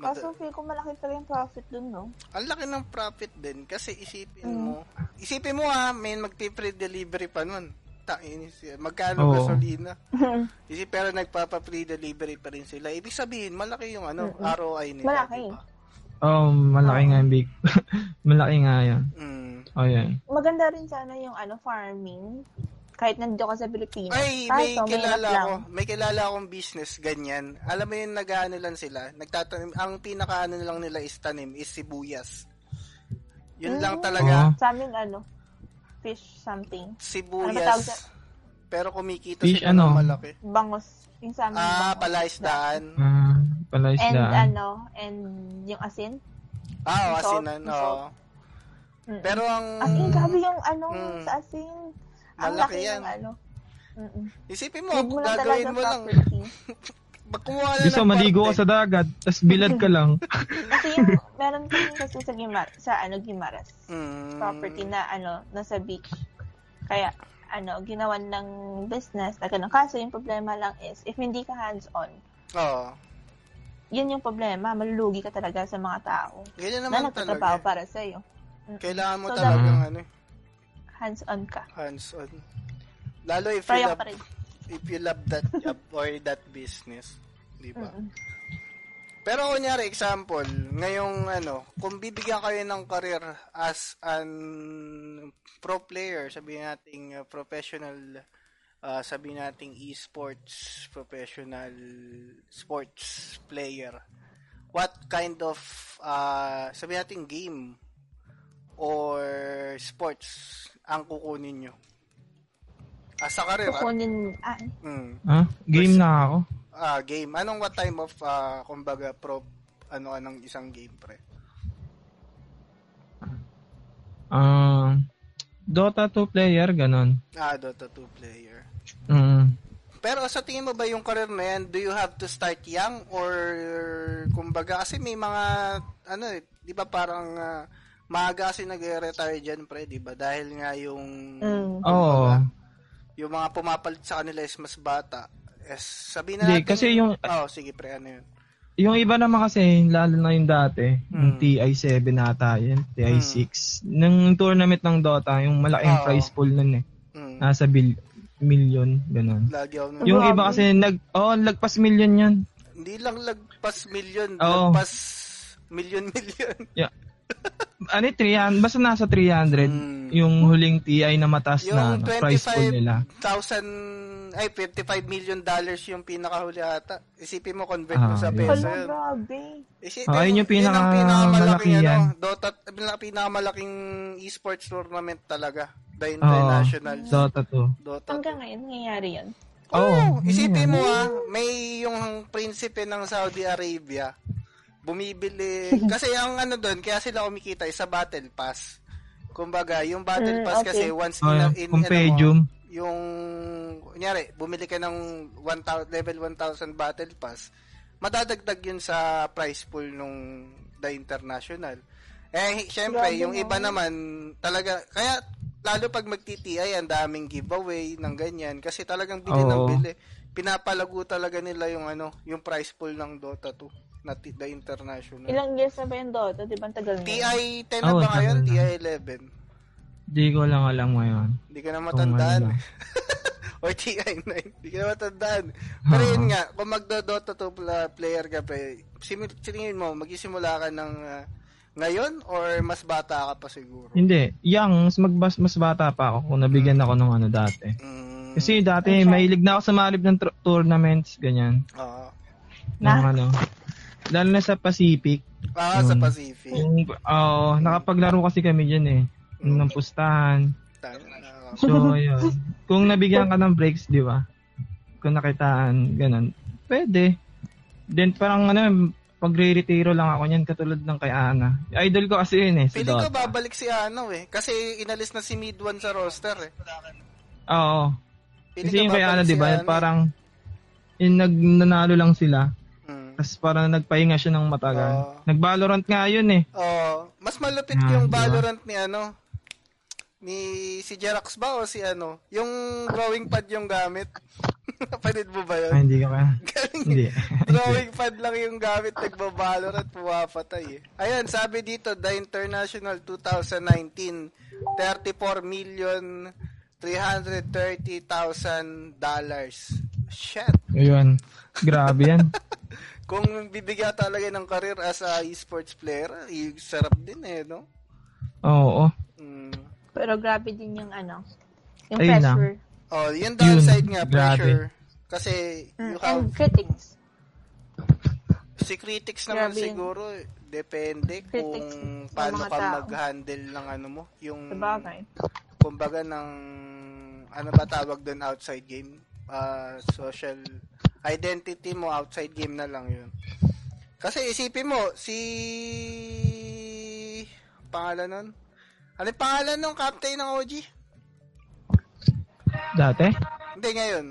Mag-
kaso feel ko malaki talaga yung profit dun, no?
ang laki ng profit din kasi isipin
Mm.
mo, isipin mo ha, may magpi-free delivery pa nun. Tainis yan. Magkano
Oo.
(laughs)
gasolina? Isip, pero nagpapa-free delivery pa rin sila. Ibig sabihin, malaki yung ano, ROI nila.
Malaki.
diba?
Oh, malaki nga yung big. (laughs) malaki nga yun.
Mm.
Oh, yan.
Maganda rin sana yung ano, farming. Kahit nandito ka sa Pilipinas.
Ay, may
Kaso, mahirap
kilala
lang.
ako. May kilala akong business, ganyan. Alam mo yun, nag-ano lang sila. Nagtatanim, ang pinakaano lang nila is tanim, is sibuyas. Yun lang
Mm.
talaga.
Oo.
Sa amin, ano, fish something. Ano ba
Sibuyas.
tawag sa-
Pero kumikita
Fish
sila ng
ano?
malaki.
Bangos. Yung sa amin,
Ah,
bangos.
palaisdaan.
Ah, pala
And
isdaan.
ano, and yung asin.
Ah,
Salt,
asinan, oo.
Mm.
Pero ang...
Asin, grabe yung ano,
Mm.
sa asin. Ang
Malaki
laki
yan.
ng ano. Mm-mm.
Isipin mo,
Need mo lang talaga
gagawin mo lang.
property.
Pag kumuha na
Gusto
ng
maligo
parte.
ka sa dagat, tas bilad ka
(laughs)
lang.
Kasi yung, meron kami kasi sa Gimar, sa ano, Gimaras.
Mm.
Property na ano, nasa beach. Kaya, ano, ginawan ng business na ganun. Kaso yung problema lang is, if hindi ka hands-on,
Oo.
yun yung problema, malulugi ka talaga sa mga tao
Ganyan
na
naman
nagtatrabaho
talaga.
para sa'yo.
Kailangan mo
So,
talaga ng
dapat-
ano,
Hands-on ka.
hands-on. Lalo if you
Try ako
love,
pa rin.
if you love that job or that business. Di ba?
Mm-mm.
Pero kunyari, example, ngayong ano, kung bibigyan kayo ng career as an pro player, sabihin nating uh, professional, uh, sabihin nating esports, professional sports player, what kind of, uh, sabihin nating game or sports ang kukunin nyo? As a career, ah.
Kukunin, ah,
Mm.
Ha? Game na ako.
Ah, game. Anong what time of ah, kumbaga pro ano anong isang game pre?
Ah, Dota 2 player, ganon.
Ah, Dota 2 player.
Mm.
Pero sa tingin mo ba yung career na yan, do you have to start young or kumbaga kasi may mga ano eh, 'di ba parang ah, maaga kasi nagre-retire diyan pre, 'di ba? Dahil nga yung
Mm.
Oo.
kumbaga, yung mga pumapalit sa kanila is mas bata. Es, sabi na
Hindi,
natin-
kasi yung-
Oh, sige pre, ano yun?
Yung iba naman kasi, lalo na yung dati, yung
Hmm.
TI-7 ata yun, TI-6. Nung tournament ng Dota, yung malaking
Oo.
prize pool nun eh.
Mm.
Nasa bil- million, ganun.
Lagi ako nung-
Yung
Grabe.
iba kasi, nag, oh, lagpas million yun.
Hindi lang lagpas milyon,
Oo.
lagpas (laughs) milyon-milyon.
Ano, 300, basta nasa 300.
Hmm.
Yung huling TI na matas na
Yung
ano, prize pool nila.
25,000, ay 55 million dollars yung pinakahuli ata. Isipin mo, convert mo
Ah,
sa
yun.
peso
hala,
yun.
grabe.
Isipin
Ah, yun yung pinaka- malaki yan.
ano, Dota, pinaka- pinakamalaking esports tournament talaga. The
Oo.
International
Dota 2.
Dota.
Hanggang ngayon, nangyayari yun.
Oo,
Oo,
isipin
yun
mo ah, may yung prinsipe ng Saudi Arabia, bumibili, kasi ang ano doon, kaya sila kumikita is sa battle pass. Kumbaga, yung battle
Mm,
pass
okay.
kasi once
Oh,
in,
yung
in, in
compendium.
yung, kunyari, bumili ka ng 1,000, level 1,000 battle pass, madadagdag yun sa price pool nung The International. Eh, syempre,
Grabe
yung iba
naman.
naman, talaga, kaya, lalo pag mag-TTI, ang daming giveaway ng ganyan, kasi talagang bili ng
Oo.
bili. Pinapalago talaga nila yung ano, yung price pool ng Dota 2 na t- The International.
Ilang years na ba yung Dota? Di ba ang tagal na?
TI 10 na
Oo,
ba
tama
ngayon?
na.
TI 11.
Di ko lang alam ngayon.
Hindi ka na
Kung ano
matandaan.
lang.
(laughs) Or TI9. Hindi ka na matandaan. Pero yun
Oo.
nga, kung magdo-Dota 2 pla- player ka pa, eh, simi- tingin mo, magisimula ka ng ah, ngayon or mas bata ka pa siguro?
Hindi, young, mas, magbas, mas bata pa ako kung nabigyan ako ng ano dati.
Mm,
Kasi dati, mahilig na ako sa malib ng tr- tournaments, ganyan.
oo.
Ng
Na?
ano. Lalo na sa Pacific.
ah, sa Pacific.
Yung, oo, nakapaglaro kasi kami dyan eh. Yung ng pustahan.
Tang- ah,
So, yun. Kung nabigyan ka ng breaks, di ba? Kung nakitaan, ganun. Pwede. Then, parang ano, pagre-retiro lang ako niyan, katulad ng kay Ana. Idol ko kasi yun eh, si
Piling ko
Dota.
babalik si ano eh. Kasi inalis na si Midwan sa roster eh.
Oo.
Piling
Kasi
ko
yung kay
babalik
Ana, di
si
ba?
ano.
Parang, yung nagnanalo lang sila.
Mm.
Tapos parang nagpahinga siya ng matagal.
Oo.
Nag-Valorant nga yun eh.
Oh, mas malupit
Ah,
yung
di ba?
Valorant ni ano ni si Jerax ba o si ano? Yung drawing pad yung gamit. (laughs) Napanid mo ba
Ay,
yun?
Ah, hindi ka kaya.
Galing.
(laughs) Hindi.
drawing pad lang yung gamit nagba-Valorant pumapatay eh. Ayun, sabi dito The International 2019 34 million 330,000 dollars. Shit.
Ayun. Grabe yan.
Kung bibigyan talaga ng career as a esports player, eh, sarap din eh, no?
Oo.
Mm.
Pero grabe din yung ano, yung
Ayun lang.
pressure.
Oh, yung downside
Yun,
nga,
grabe.
pressure. Kasi, you
Mm,
have,
And critics.
si critics naman
Grabe yun.
siguro, eh, depende
Critics
kung
ng
paano
mga
ka
tao.
mag-handle ng ano mo, yung,
Sabagay.
kumbaga ng, ano ba tawag doon outside game? Ah, social, identity mo outside game na lang yun. Kasi isipin mo, si, pangalan nun? Ano yung pangalan nung captain ng OG?
Dati?
Hindi, ngayon.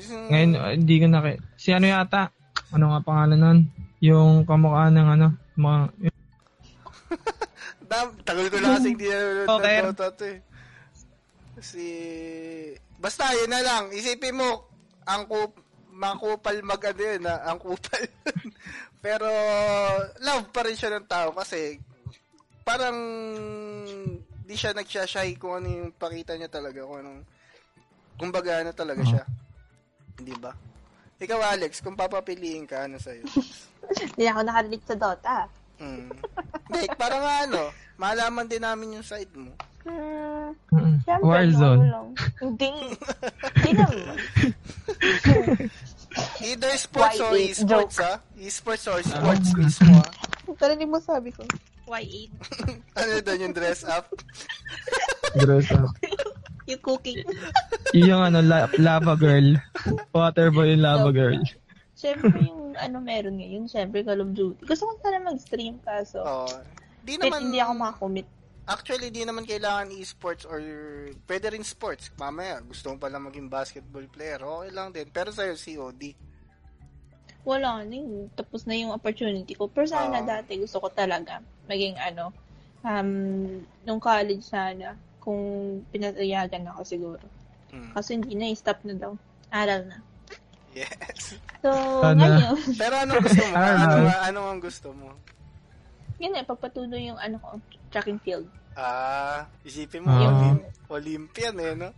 Yung-
Ngayon, uh, hindi ko na Si ano yata? Ano nga pangalan nun? Yung kamukha ng ano? Mga, yung,
Dam, tagal ko na kasing di nanonood
Okay.
ng Dota 2 eh. Si... Basta, yun na lang. Isipin mo, ang kup makupal mag ano yun, ah, ang kupal. (laughs) Pero, love pa rin siya ng tao kasi parang di siya nagsashy kung ano yung pakita niya talaga, kung anong, kumbaga ano talaga siya. Hindi ba? Ikaw, Alex, kung papapiliin ka, ano sa'yo?
Hindi ako nakarelate sa Dota.
Mm. Hindi, parang ano, malaman din namin yung side mo.
Hmm,
Mm,
syempre, ano
Warzone.
lang. Hindi.
(laughs)
Hindi naman.
Either sports
Why
or
is
esports,
joke?
ah. Esports or sports mismo, ah.
Pero hindi mo sabi ano ko. Y8.
(laughs) Ano doon yung dress
(laughs)
up?
Gross ah.
Yung cooking.
yung ano, la- lava girl. Waterboy yung lava girl.
Siyempre yung ano meron ngayon. Siyempre Call of Duty. Gusto ko sana mag-stream kaso.
Oh. Di
Kahit
naman,
hindi ako makakommit.
actually, di naman kailangan esports or pwede rin sports. Mamaya, gusto mo pala maging basketball player. Okay lang din. Pero sa'yo, COD.
Wala na yun. Tapos na yung opportunity ko. Pero sana
Oo.
dati gusto ko talaga maging ano. Um, nung college sana. Kung pinasayagan ako siguro.
Mm.
Kaso hindi na. eh, Stop na daw. Aral na.
(laughs) Yes.
So,
Sana.
ngayon. (laughs)
Pero anong gusto
(laughs)
mo?
Arnold.
ano, ano ang gusto mo?
Yun eh. Pagpatuloy yung ano ko. Track and field.
Ah, isipin mo,
Ah.
Olymp- Olympian eh, no?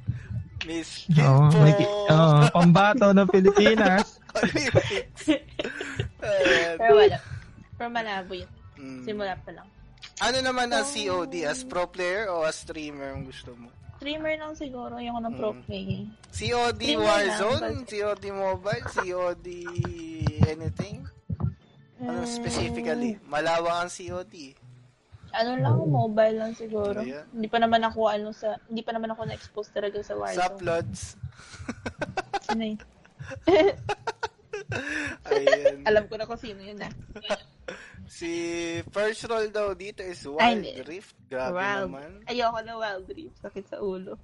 Miss
Oo,
Kimpo.
may, ki- oo, pambato ng Pilipinas.
(laughs)
(laughs)
Olympics. Eh, Ayan.
Pero ano, wala. Pero malabo yun.
Mm.
Simula pa lang.
Ano naman as COD? As pro player o as streamer ang gusto mo?
Streamer lang siguro yung ng
Mm.
pro play.
COD
Streamer
Warzone?
lang.
COD Mobile? COD anything? Ano
Mm,
specifically? Malawak ang COD.
Ano lang, mobile lang siguro.
Yeah.
(laughs) Hindi pa naman ako ano sa, hindi pa naman ako na-expose talaga sa
Sa
Warzone.
uploads.
Sino yun? (laughs)
Ayun.
Alam ko na kung sino yun ah.
Si first roll daw dito is Wild
Ay, hindi.
Rift. Grabe
Wild.
naman.
Ayoko na wild dreams. Sakit sa ulo.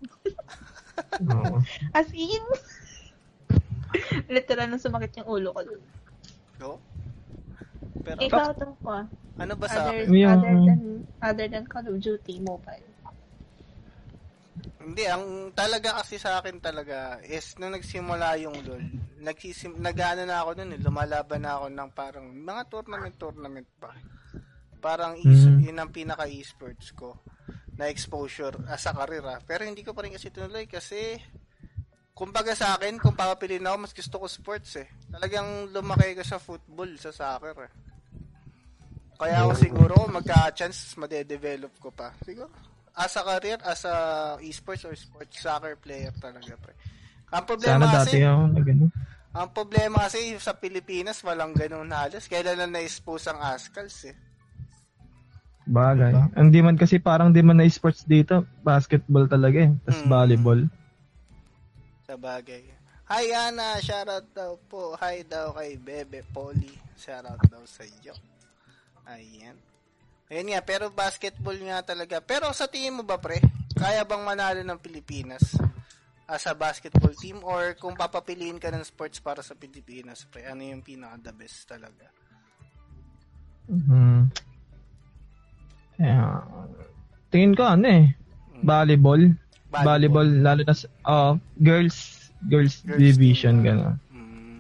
Oo.
As in. (laughs) Literal na sumakit yung ulo ko.
Ano?
dun.
No? Pero
Ikaw to ko.
ano ba sa akin?
Other,
Yeah.
other than other than Call of Duty mobile.
Hindi, ang talaga kasi sa akin talaga is nung nagsimula yung LOL, nagsisim, nag-ano na ako nun, eh, lumalaban na ako ng parang mga tournament-tournament pa. Parang is,
Mhm.
yun ang pinaka-esports ko na exposure as a career ah. Pero hindi ko pa rin kasi tinuloy kasi kumbaga sa akin, kung papapiliin ako, mas gusto ko sports eh. Talagang lumaki ka sa football, sa soccer eh. Kaya ako siguro, kung magka-chance, madedevelop ko pa. Siguro, as a career, as a esports or sports soccer player talaga pre. Ang problema
Sana
kasi,
dati ako na ganun.
ang problema kasi sa Pilipinas, walang ganun halos. Kailan lang na-expose ang Ascals eh.
Bagay.
Diba?
Ang di man kasi parang di man na sports dito. Basketball talaga eh. Tapos
Mm.
volleyball.
Sa bagay. Hi Ana, shoutout daw po. Hi daw kay Bebe Polly. Shoutout daw sa iyo. Ayan. Ayun nga, pero basketball nga talaga. Pero sa team mo ba pre? Kaya bang manalo ng Pilipinas? As a basketball team or kung papapiliin ka ng sports para sa Pilipinas pre? Ano yung pinaka the best talaga?
Mhm. Kaya, tingin ko ano
Mm.
eh. Volleyball. Volleyball, lalo na sa, oh, girls, girls,
Girls
division,
team.
gano'n.
Mm.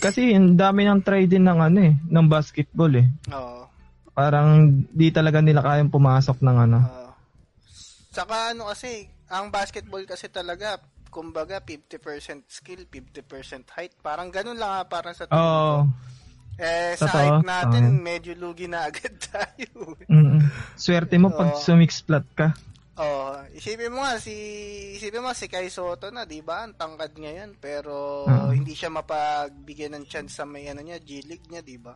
Kasi ang dami ng try din ng ano eh, ng basketball eh.
Oo.
Parang di talaga nila kayang pumasok ng ano.
Oo. Ah, Saka ano kasi, ang basketball kasi talaga, kumbaga 50% skill, 50% height. Parang ganun lang ha, parang sa tingin
Oo.
ko. Eh, sa
Totoo.
height natin,
Tama.
medyo lugi na agad (laughs) tayo.
Mm. Swerte mo pag
Oo.
sumixplat ka.
Oo. isipin mo nga, si, isipin mo nga si Kai Soto na, di ba? Ang tangkad ngayon, pero
Oo.
hindi siya mapagbigyan ng chance sa may ano niya, G-League niya, di ba?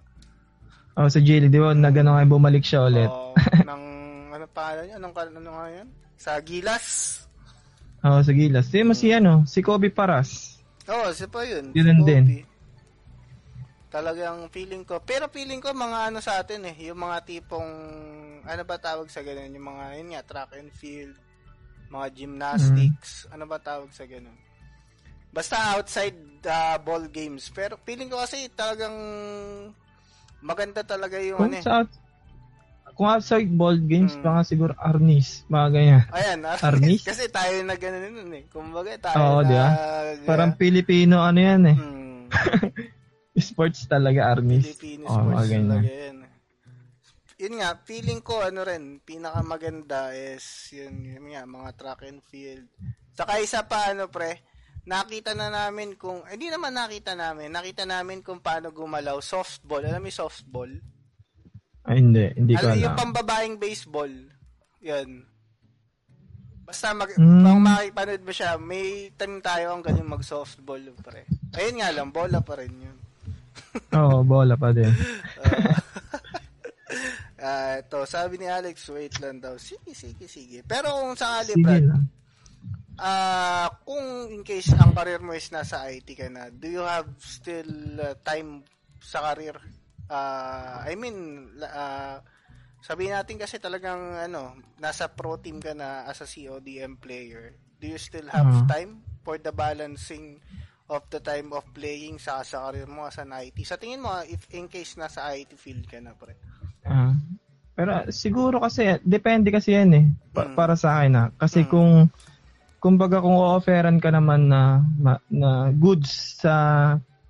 Oh, sa jail, di ba? Na gano'n nga bumalik siya ulit.
Oo, ng, ano pangalan niya? Anong, ano nga yun? Sa Gilas.
Oo, sa Gilas. Di
Ah.
mo si ano, si Kobe Paras.
Oo, siya pa yun. Si
Yun lang
Kobe.
din.
Talagang feeling ko. Pero feeling ko mga ano sa atin eh. Yung mga tipong, ano ba tawag sa ganun? Yung mga, yun nga, track and field, mga gymnastics,
Mm.
ano ba tawag sa ganun? Basta outside uh, ball games. Pero feeling ko kasi talagang maganda talaga yung
Kung
ano eh.
sa kung outside ball games,
Mm.
baka siguro Arnis, mga ganyan.
Ayan, ah.
Arnis?
(laughs) kasi tayo na ganun nun eh. Kumbaga tayo
Oo,
na...
di ba? Parang Pilipino ano yan eh.
Hmm.
Sports talaga Arnis.
Filipino
Oo,
sports
mga Ah, ganyan.
talaga yan. Yun nga, feeling ko ano rin, pinakamaganda is yun, yun nga, mga track and field. Saka isa pa ano pre, nakita na namin kung, eh, hindi naman nakita namin, nakita namin kung paano gumalaw softball. Alam mo yung softball?
Ay, Ah, hindi. Hindi
Alam
ko alam.
yung pambabaeng baseball. Yun. Basta mag,
Mm.
kung makipanood mo siya, may time tayo ang ganyan mag-softball pre. Ayun nga lang, bola pa rin yun.
Oo, bola pa
(laughs)
din.
Ah, ito, sabi ni Alex, wait lang daw. Sige, sige, sige. Pero kung sakali,
Sige
Brad,
lang.
ah, kung in case ang career mo is nasa IT ka na, do you have still uh, time sa career? Ah, I mean, la- ah, sabihin natin kasi talagang, ano, nasa pro team ka na as a CODM player. Do you still have
Mhm.
time for the balancing of the time of playing sa sa career mo as an IT? Sa tingin mo, ah, if in case nasa IT field ka na, pre.
Ah. pero siguro kasi, depende kasi yan eh. Pa-
Mm.
Para sa akin na. Kasi
Mm.
kung, kumbaga kung o-offeran ka naman na, ma- na goods sa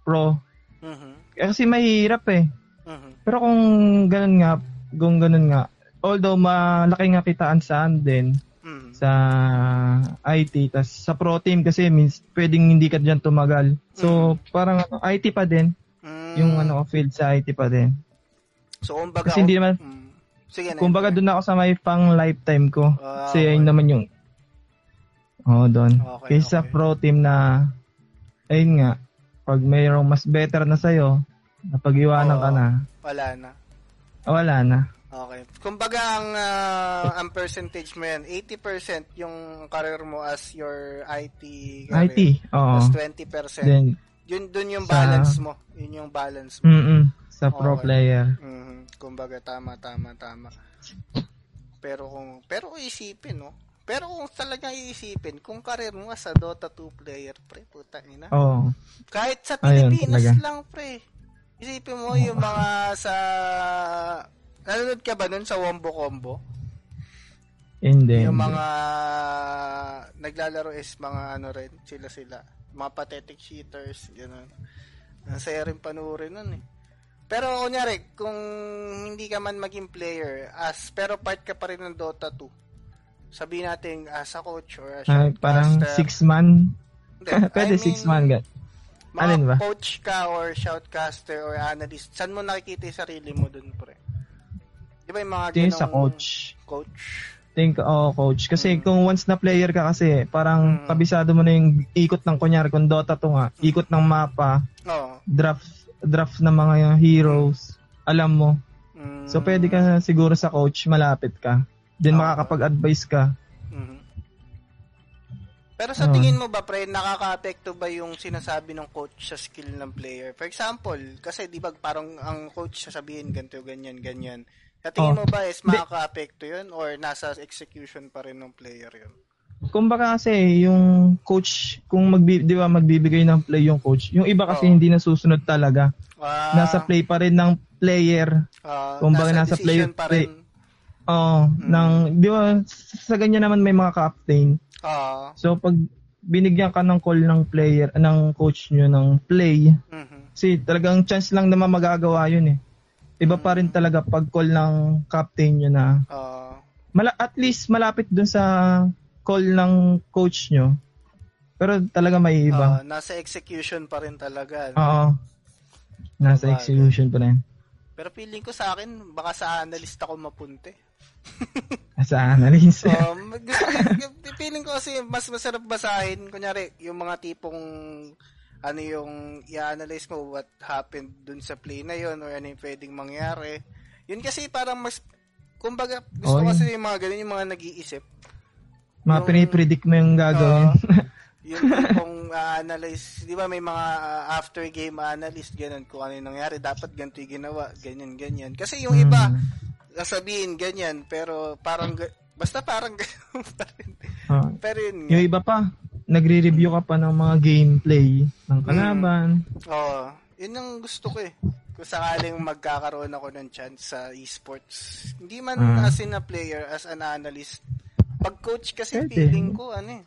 pro,
Mhm.
eh, kasi mahirap eh.
Mhm.
Pero kung ganun nga, kung ganun nga, although malaki nga kitaan saan din
Mhm.
sa IT, tas sa pro team kasi means pwedeng hindi ka dyan tumagal.
Hmm.
So, parang ano, IT pa din,
Mm.
yung ano, field sa IT pa din.
So, kumbaga,
Kasi hindi naman,
Mm. Sige na.
kumbaga doon ako sa may pang lifetime ko.
Ah,
Kasi
okay.
yun naman yung, oo doon.
Okay,
Kaysa
okay.
pro team na, ayun nga, pag mayroong mas better na sa'yo, napag-iwanan
Oo.
ka na,
Wala na.
wala na.
Okay. Kumbaga ang ah, ang percentage mo yan, 80% yung career mo as your IT career.
IT, oo.
Tapos 20%.
Then,
yun dun yung
sa-
balance mo. Yun yung balance mo.
mm sa pro
Okay.
player.
Mhm. Kumbaga tama tama tama. Pero kung pero kung isipin no. Pero kung talaga iisipin, kung career mo as a Dota 2 player, pre, puta ina.
Oo.
Kahit sa
Ayun,
Pilipinas
talaga.
lang, pre. Isipin mo yung mga sa... Nanonood ka ba nun sa Wombo Combo?
Hindi.
Yung mga naglalaro is mga ano rin, sila sila. Mga pathetic cheaters, gano'n. Ang saya rin panuorin nun eh. Pero kunyari, kung hindi ka man maging player, as pero part ka pa rin ng Dota 2, sabihin natin as a coach or as
Ah,
a
parang
master.
six man. (laughs)
Hindi,
Pwede
I mean,
six man gan.
mga
Alin ba?
coach ka or shoutcaster or analyst, saan mo nakikita yung sarili mo dun, pre? Di ba yung mga
Ito yung
ganong
sa coach.
Coach?
Think, oh, coach. Kasi kung once na player ka kasi, parang
Mm.
kabisado mo na yung ikot ng kunyari, kung Dota to nga, ikot ng mapa,
Oo.
draft, draft ng mga heroes, alam mo.
Mm.
So, pwede ka siguro sa coach, malapit ka. Then,
Oo.
makakapag-advise ka.
Mhm. Pero sa
Ayun.
tingin mo ba, pre, nakaka-apekto ba yung sinasabi ng coach sa skill ng player? For example, kasi di ba parang ang coach sasabihin ganito, ganyan, ganyan. Sa tingin mo
Oh.
ba is
Di-
makaka-apekto yun or nasa execution pa rin ng player yun?
Kumbaga kasi yung coach kung magbi, 'di ba magbibigay ng play yung coach. Yung iba kasi
Oo.
hindi nasusunod talaga.
Ah,
Nasa play pa rin ng player.
ah,
kumbaga nasa
decision
player-
pa rin. Hmm.
Oh, ng 'di ba sa ganyan naman may mga captain.
Ah,
So pag binigyan ka ng call ng player ng coach nyo ng play,
mhm.
kasi talagang chance lang naman magagawa 'yun eh. Iba pa
Hmm.
rin talaga pag call ng captain nyo na
Ah,
mala- at least malapit dun sa call ng coach nyo. Pero talaga may iba.
ah, nasa execution pa rin talaga. no?
Oo. Nasa
Ah, Sabagay.
execution pa rin.
Pero feeling ko sa akin, baka sa analyst ako mapunti.
Sa analyst.
Um, (laughs) feeling ko kasi mas masarap basahin, kunyari, yung mga tipong ano yung i-analyze mo what happened dun sa play na yon or ano yung pwedeng mangyari. Yun kasi parang mas, kumbaga, gusto
Oo,
kasi yung mga ganun, yung mga nag-iisip.
Mga
yung-
pinipredict mo yung gagawin.
Oo. yung tipong (laughs) analyze, di ba may mga ah, after game analyst, ganun, kung ano yung nangyari, dapat ganito yung ginawa, ganyan, ganyan. Kasi yung iba,
Hmm.
sasabihin ganyan, pero parang, ga- basta parang (laughs) ganun pa rin.
(laughs) Oo.
Pero yun nga.
Yung iba pa, nagre-review ka pa ng mga gameplay ng kalaban.
Mm. Oo. Yun ang gusto ko eh. Kung sakaling magkakaroon ako ng chance sa esports. Hindi man
Mm.
as in a player, as an analyst. Pag coach kasi,
Pwede.
feeling ko, ano eh.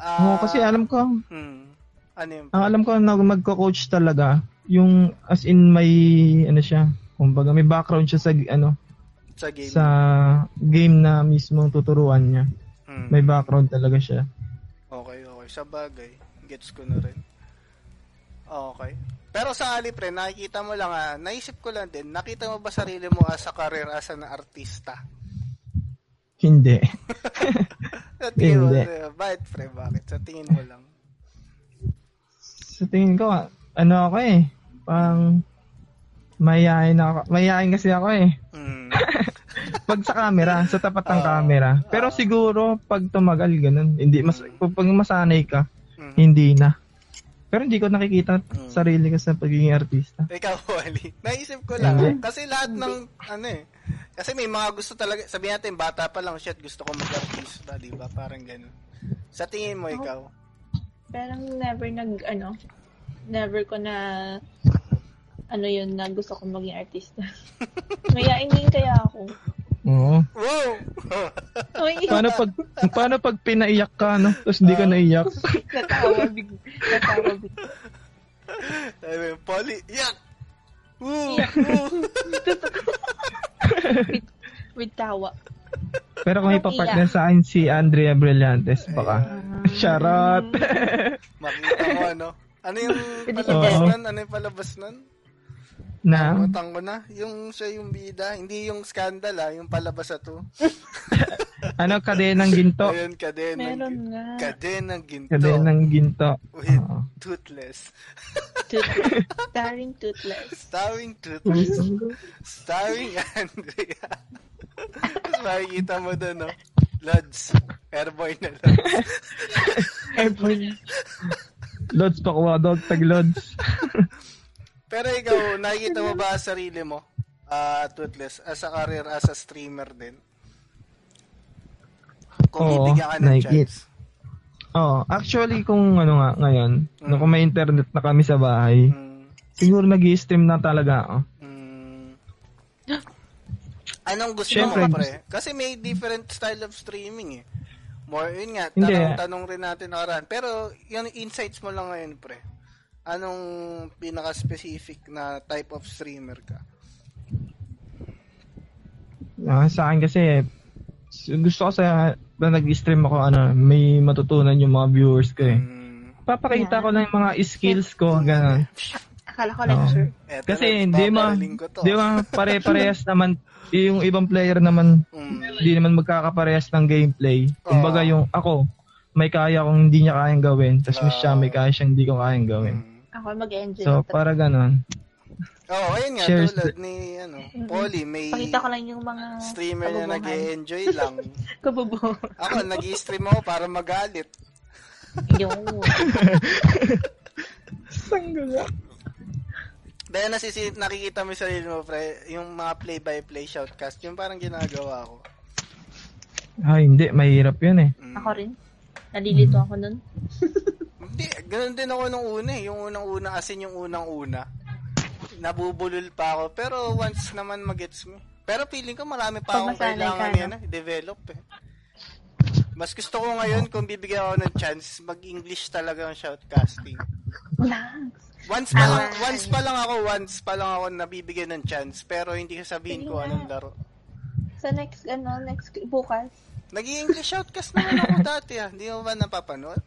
Ah,
Oo, kasi alam ko,
Hmm, ano yun?
ang alam ko na magko-coach talaga, yung as in may, ano siya, kumbaga may background siya sa, ano,
sa game.
sa game na mismo tuturuan niya.
Hmm.
May background talaga siya.
Okay, okay. Sa bagay. Gets ko na rin. Okay. Pero sa Ali, pre, nakikita mo lang ah, naisip ko lang din, nakita mo ba sarili mo as a career as an artista?
Hindi. (laughs)
Sa tingin mo,
Hindi.
eh, bakit pre, bakit? Sa tingin mo lang.
sa tingin ko, ano ako eh, parang mayayain ako. Mayayain kasi ako eh.
Mm.
Pag sa camera, sa tapat ng
Oo.
camera. Pero siguro, pag tumagal, ganun. Hindi, mas, pag pag masanay ka,
Mm.
hindi na. Pero hindi ko nakikita
Mm.
sarili ko sa pagiging artista.
Ikaw, Wally. Naisip ko lang.
Hindi.
Kasi lahat ng, ano eh. Kasi may mga gusto talaga. Sabi natin, bata pa lang, shit, gusto ko mag-artista, di ba? Parang ganun. Sa tingin mo, ikaw?
Parang never nag, ano, never ko na, ano yun, na gusto kong maging
(laughs)
artista. Mayain din kaya ako.
Oo.
Wow! (laughs)
Ay,
Paano pag, paano pag pinaiyak ka, no? Tapos hindi ka
Ah.
naiyak.
(laughs) natawa big, natawa big.
Sabi, Polly, yak! Woo! Woo!
With tawa.
Pero kung
Anong
ipapartner
iyak?
sa akin si Andrea Brillantes, baka.
Ah.
(laughs) Charot!
Makita mo, ano? Ano yung
Pwede
palabas
ka ba?
nun? Ano yung palabas nun?
Na?
Utang ko na. Yung siya yung bida. Hindi yung scandal ah. Yung palabas sa to.
Ano, kadenang ginto.
Ayun, kaden.
Meron
ng,
nga.
Kaden ng ginto.
Kadenang ginto.
With
Oo.
Toothless.
Toothless. Starring Toothless.
Starring Toothless. Starring Andrea. Tapos makikita mo doon, no? Lods. Airboy na Lods.
Lods pa kuha, dog tag
(laughs)
Lods.
Pero ikaw, nakikita mo ba sa sarili mo? Ah, Toothless. As a career, as a streamer din. Kung
Oo,
bibigyan ka ng
nakikita.
chance.
Oo, actually kung ano nga ngayon,
Mm.
no, kung may internet na kami sa bahay,
Mm.
siguro nag-stream na talaga ako.
Mm. Anong gusto
Siyempre,
mo, pre? Kasi may different style of streaming eh. More, yun nga,
Hindi.
tanong, tanong rin natin nakaraan. Pero, yun, insights mo lang ngayon, pre. Anong pinaka-specific na type of streamer ka?
Ah, sa akin kasi s- gusto ko sa na nag-stream ako ano, may matutunan yung mga viewers ko eh.
Mm.
Papakita ko lang yung mga skills ko ganun.
Akala ko
Oo.
lecture.
Eto na,
Kasi hindi ma
paparaling ko to.
di ba pare-parehas naman yung ibang player naman
Mm.
hindi naman magkakaparehas ng gameplay. Kumbaga
Oo.
yung ako may kaya kong hindi niya kayang gawin, tapos mas siya may kaya siyang hindi ko kayang gawin.
Ah. Mm.
Ako mag-enjoy.
So para ganun.
Oo, ayun nga,
Shares
tulad ni, ano, Polly, may
Mm-hmm. Pakita ko lang yung mga
streamer na
kabobohan.
nag-enjoy
(laughs)
lang.
Kabobo.
(laughs)
Ako, nag-stream ako para magalit.
yung
Dahil nasisi, nakikita mo yung sarili mo, pre, yung mga play-by-play shoutcast, yung parang ginagawa ko.
Ay, hindi mahirap 'yun eh.
Mm.
ako rin. Nalilito
Mm.
ako nun.
Hindi, ganun din ako nung una eh. Yung unang-una, as in yung unang-una. Nabubulol pa ako, pero once naman magets mo. Pero feeling ko marami pa
Pag
akong
masanay
kailangan
ka, no?
yan, eh, develop eh. Mas gusto ko ngayon kung bibigyan ako ng chance, mag-English talaga ang shoutcasting.
Relax.
Once pa, lang,
Awan.
once pa lang ako, once pa lang ako nabibigyan ng chance, pero hindi ko sabihin ko anong laro.
Sa next, ano, next, bukas.
Nag-i-English outcast naman ako dati ah. Hindi mo ba napapanood?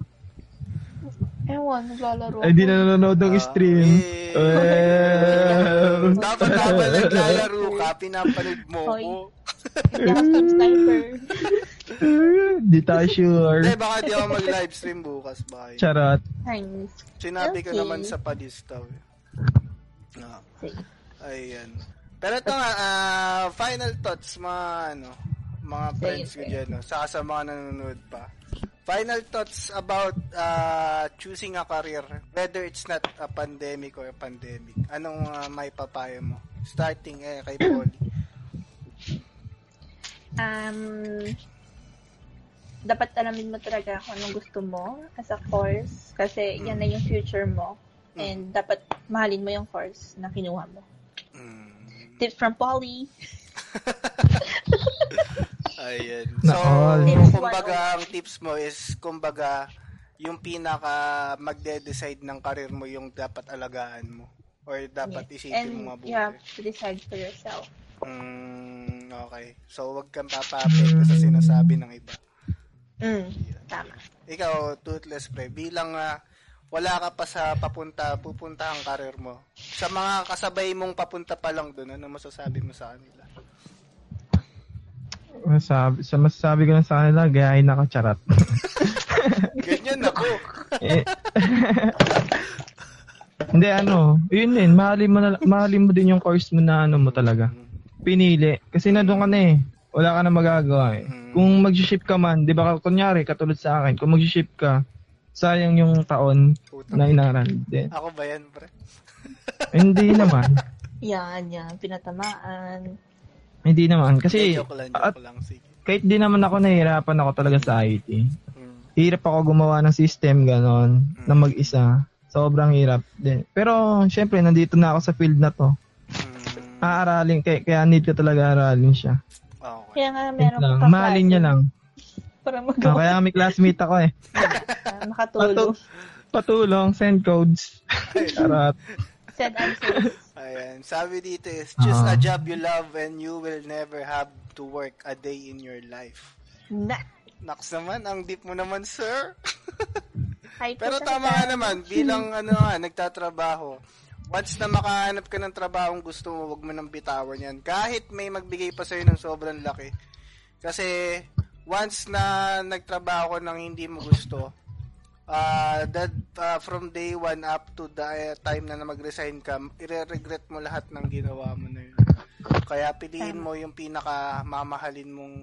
Ewan, naglalaro
Ay, di
(laughs)
na nanonood ng
Ah,
stream.
eh.
Well,
Dapat dapat naglalaro ka, pinapanood mo
Hoy.
ko. (laughs)
Custom (laughs) sniper.
(laughs) di tayo sure.
Hindi, baka di ako mag-livestream bukas. Bye.
Charot.
Thanks.
Sinabi ko
Okay.
naman sa padista. eh. Ah,
Sige.
ayan. Pero ito nga, ah, final thoughts mga ano, mga friends ko
sige.
dyan, no? saka sa mga nanonood pa. Final thoughts about ah, choosing a career, whether it's not a pandemic or a pandemic. Anong ah, may papayo mo? Starting eh, kay Polly.
Um, dapat alamin mo talaga kung anong gusto mo as a course kasi yan na yung future mo and dapat mahalin mo yung course na kinuha mo.
Mm.
Tips from Polly.
Ayan.
Na
So,
all.
kumbaga, ang tips mo is, kumbaga, yung pinaka magde-decide ng karir mo yung dapat alagaan mo or dapat
Yes.
isipin
and
mo mabuti.
you have to decide for yourself.
Mm, okay. So, wag kang papapekto sa sinasabi ng iba.
Mm, tama.
Ikaw, toothless pre, bilang ah, wala ka pa sa papunta, pupunta ang karir mo. Sa mga kasabay mong papunta pa lang doon, ano masasabi mo sa kanila?
Masabi, sa masasabi ko lang sa kanila, gayahin na ka,
(laughs)
charot.
Ganyan
(laughs)
ako.
Eh, Hindi, ano, yun din, mahalin mo, na, mahalin mo din yung course mo na ano mo talaga. Pinili. Kasi na doon ka na eh. Wala ka na magagawa eh.
Mm.
Kung mag-ship ka man, di ba, kunyari, katulad sa akin, kung mag-ship ka, sayang yung taon na inaral. Di-
Ako ba yan, pre?
Hindi naman.
Yan, yan. Pinatamaan.
Hindi naman. Kasi,
joke lang,
at
joke lang. Sige.
kahit di naman ako nahihirapan ako talaga sa IT.
Mm.
Hirap ako gumawa ng system ganon na mag-isa. Sobrang hirap din. Pero syempre nandito na ako sa field na to.
Mm.
Aaralin kaya, kaya need ko talaga aralin siya.
Okay.
Kaya nga
Wait
meron
lang.
ka
Mahalin niya lang.
para
Ah,
magawa
kaya may classmate ako eh.
ka, makatulog.
Patu- patulong, send codes. (laughs) Charot. Eh,
Said answers.
Ayan. Sabi dito is, choose
Ah.
a job you love and you will never have to work a day in your life.
(laughs) Na.
Naks naman, ang deep mo naman, sir.
Hi,
Pero
Tita
tama
Hana.
ka naman, bilang ano nga, nagtatrabaho, Once na makahanap ka ng trabahong gusto mo, wag mo nang bitawan yan. Kahit may magbigay pa sa'yo ng sobrang laki. Kasi, once na nagtrabaho ko ng hindi mo gusto, ah that ah, from day one up to the eh, time na, na mag-resign ka, ire-regret mo lahat ng ginawa mo na yun. Kaya piliin mo yung pinaka mamahalin mong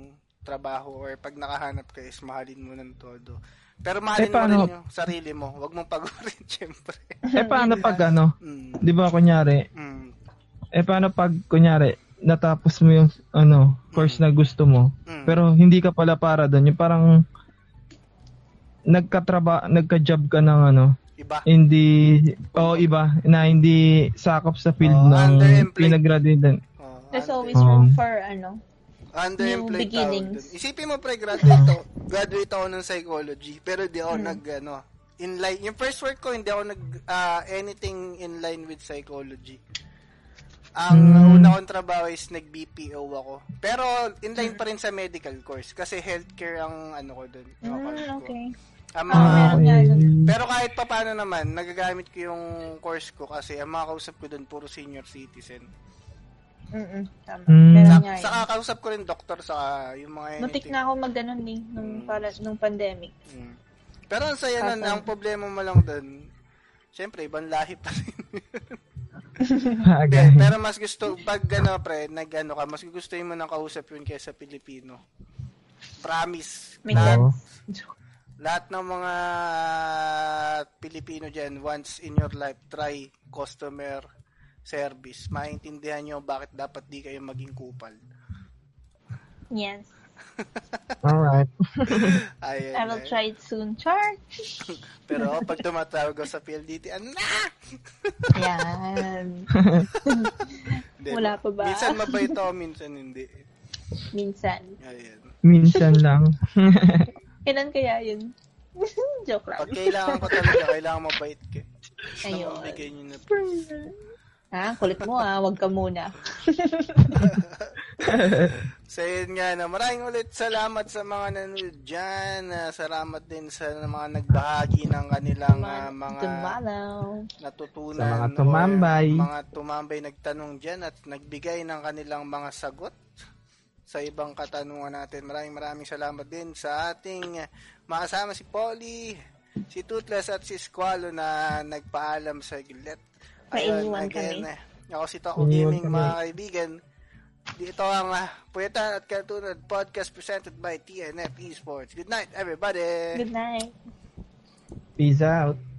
trabaho or pag nakahanap ka is mahalin mo ng todo. Pero mahalin
Eh, paano-
mo rin yung sarili mo. Huwag mong pagurin, (laughs) syempre.
Eh, paano pag ano?
Mm.
Di ba, kunyari,
Mm.
eh, paano pag, kunyari, natapos mo yung, ano, course na gusto mo,
Mm.
pero hindi ka pala para doon. Yung parang, nagkatraba, nagka-job ka ng, ano,
Iba.
hindi, o iba, na hindi sakop sa field
Oh,
ng
underemployed.
pinag-graduate.
Oh,
There's
under-
always room
Um,
for, ano,
underemployed
new
tao
beginnings.
dun. Isipin mo pre, graduate ako. Graduate ako ng psychology, pero di
Hmm.
ako nag, ano, in line. Yung first work ko, hindi ako nag, ah, anything in line with psychology. Ang
Hmm.
una kong trabaho is nag-BPO ako. Pero in line
Hmm.
pa rin sa medical course kasi healthcare ang ano ko doon.
mm, okay.
Ang mga,
Ah, meron nga nun.
Pero kahit pa paano naman, nagagamit ko yung course ko kasi ang mga kausap ko doon puro senior citizen.
Mm-mm, tama.
Mm.
Meron
Sa,
nga
sa
yun.
kakausap ko rin doktor sa yung mga
Muntik
anything.
na ako mag ganun eh, nung, para, nung pandemic.
Mm. Pero ang saya nun,
Tapos-
ang problema mo lang dun, syempre, ibang lahi pa rin. Hindi, (laughs)
Agay.
pero mas gusto, pag gano pre, nag ano ka, mas gugustuhin mo ng kausap yun kaysa Pilipino. Promise.
May
lahat,
Oo.
lahat ng mga Pilipino dyan, once in your life, try customer service. Maintindihan nyo bakit dapat di kayo maging kupal.
Yes.
Alright. (laughs)
Ayun,
I will
ayun.
try it soon, Char.
eh.
(laughs)
Pero pag tumatawag ako sa PLDT, anak!
Yan.
Hindi,
Wala pa ba?
Minsan mabait ako, minsan hindi.
Minsan.
Ayan.
Minsan lang. (laughs)
Kailan kaya yun? (laughs) Joke lang.
Pag
(laughs)
kailangan ko talaga, kailangan mabait ka. Ayun.
Ayun.
Bigay niyo na. (laughs)
Ha? Kulit mo ah. Huwag ka muna. (laughs)
So, yun nga na. Maraming ulit salamat sa mga nanood dyan. Ah, salamat din sa mga nagbahagi ng kanilang ah, mga
Dumalaw.
natutunan.
Sa mga
or
tumambay.
Mga tumambay nagtanong dyan at nagbigay ng kanilang mga sagot sa ibang katanungan natin. Maraming maraming salamat din sa ating makasama si Polly, si Tutlas at si Squalo na nagpaalam sa Gillette.
Naiiwan kami.
eh, Ako si Taco
Naiiwan
Gaming,
kami.
mga kaibigan. Dito ang uh, Puwetan at Katunod podcast presented by TNF Esports. Good night, everybody!
Good night.
Peace out.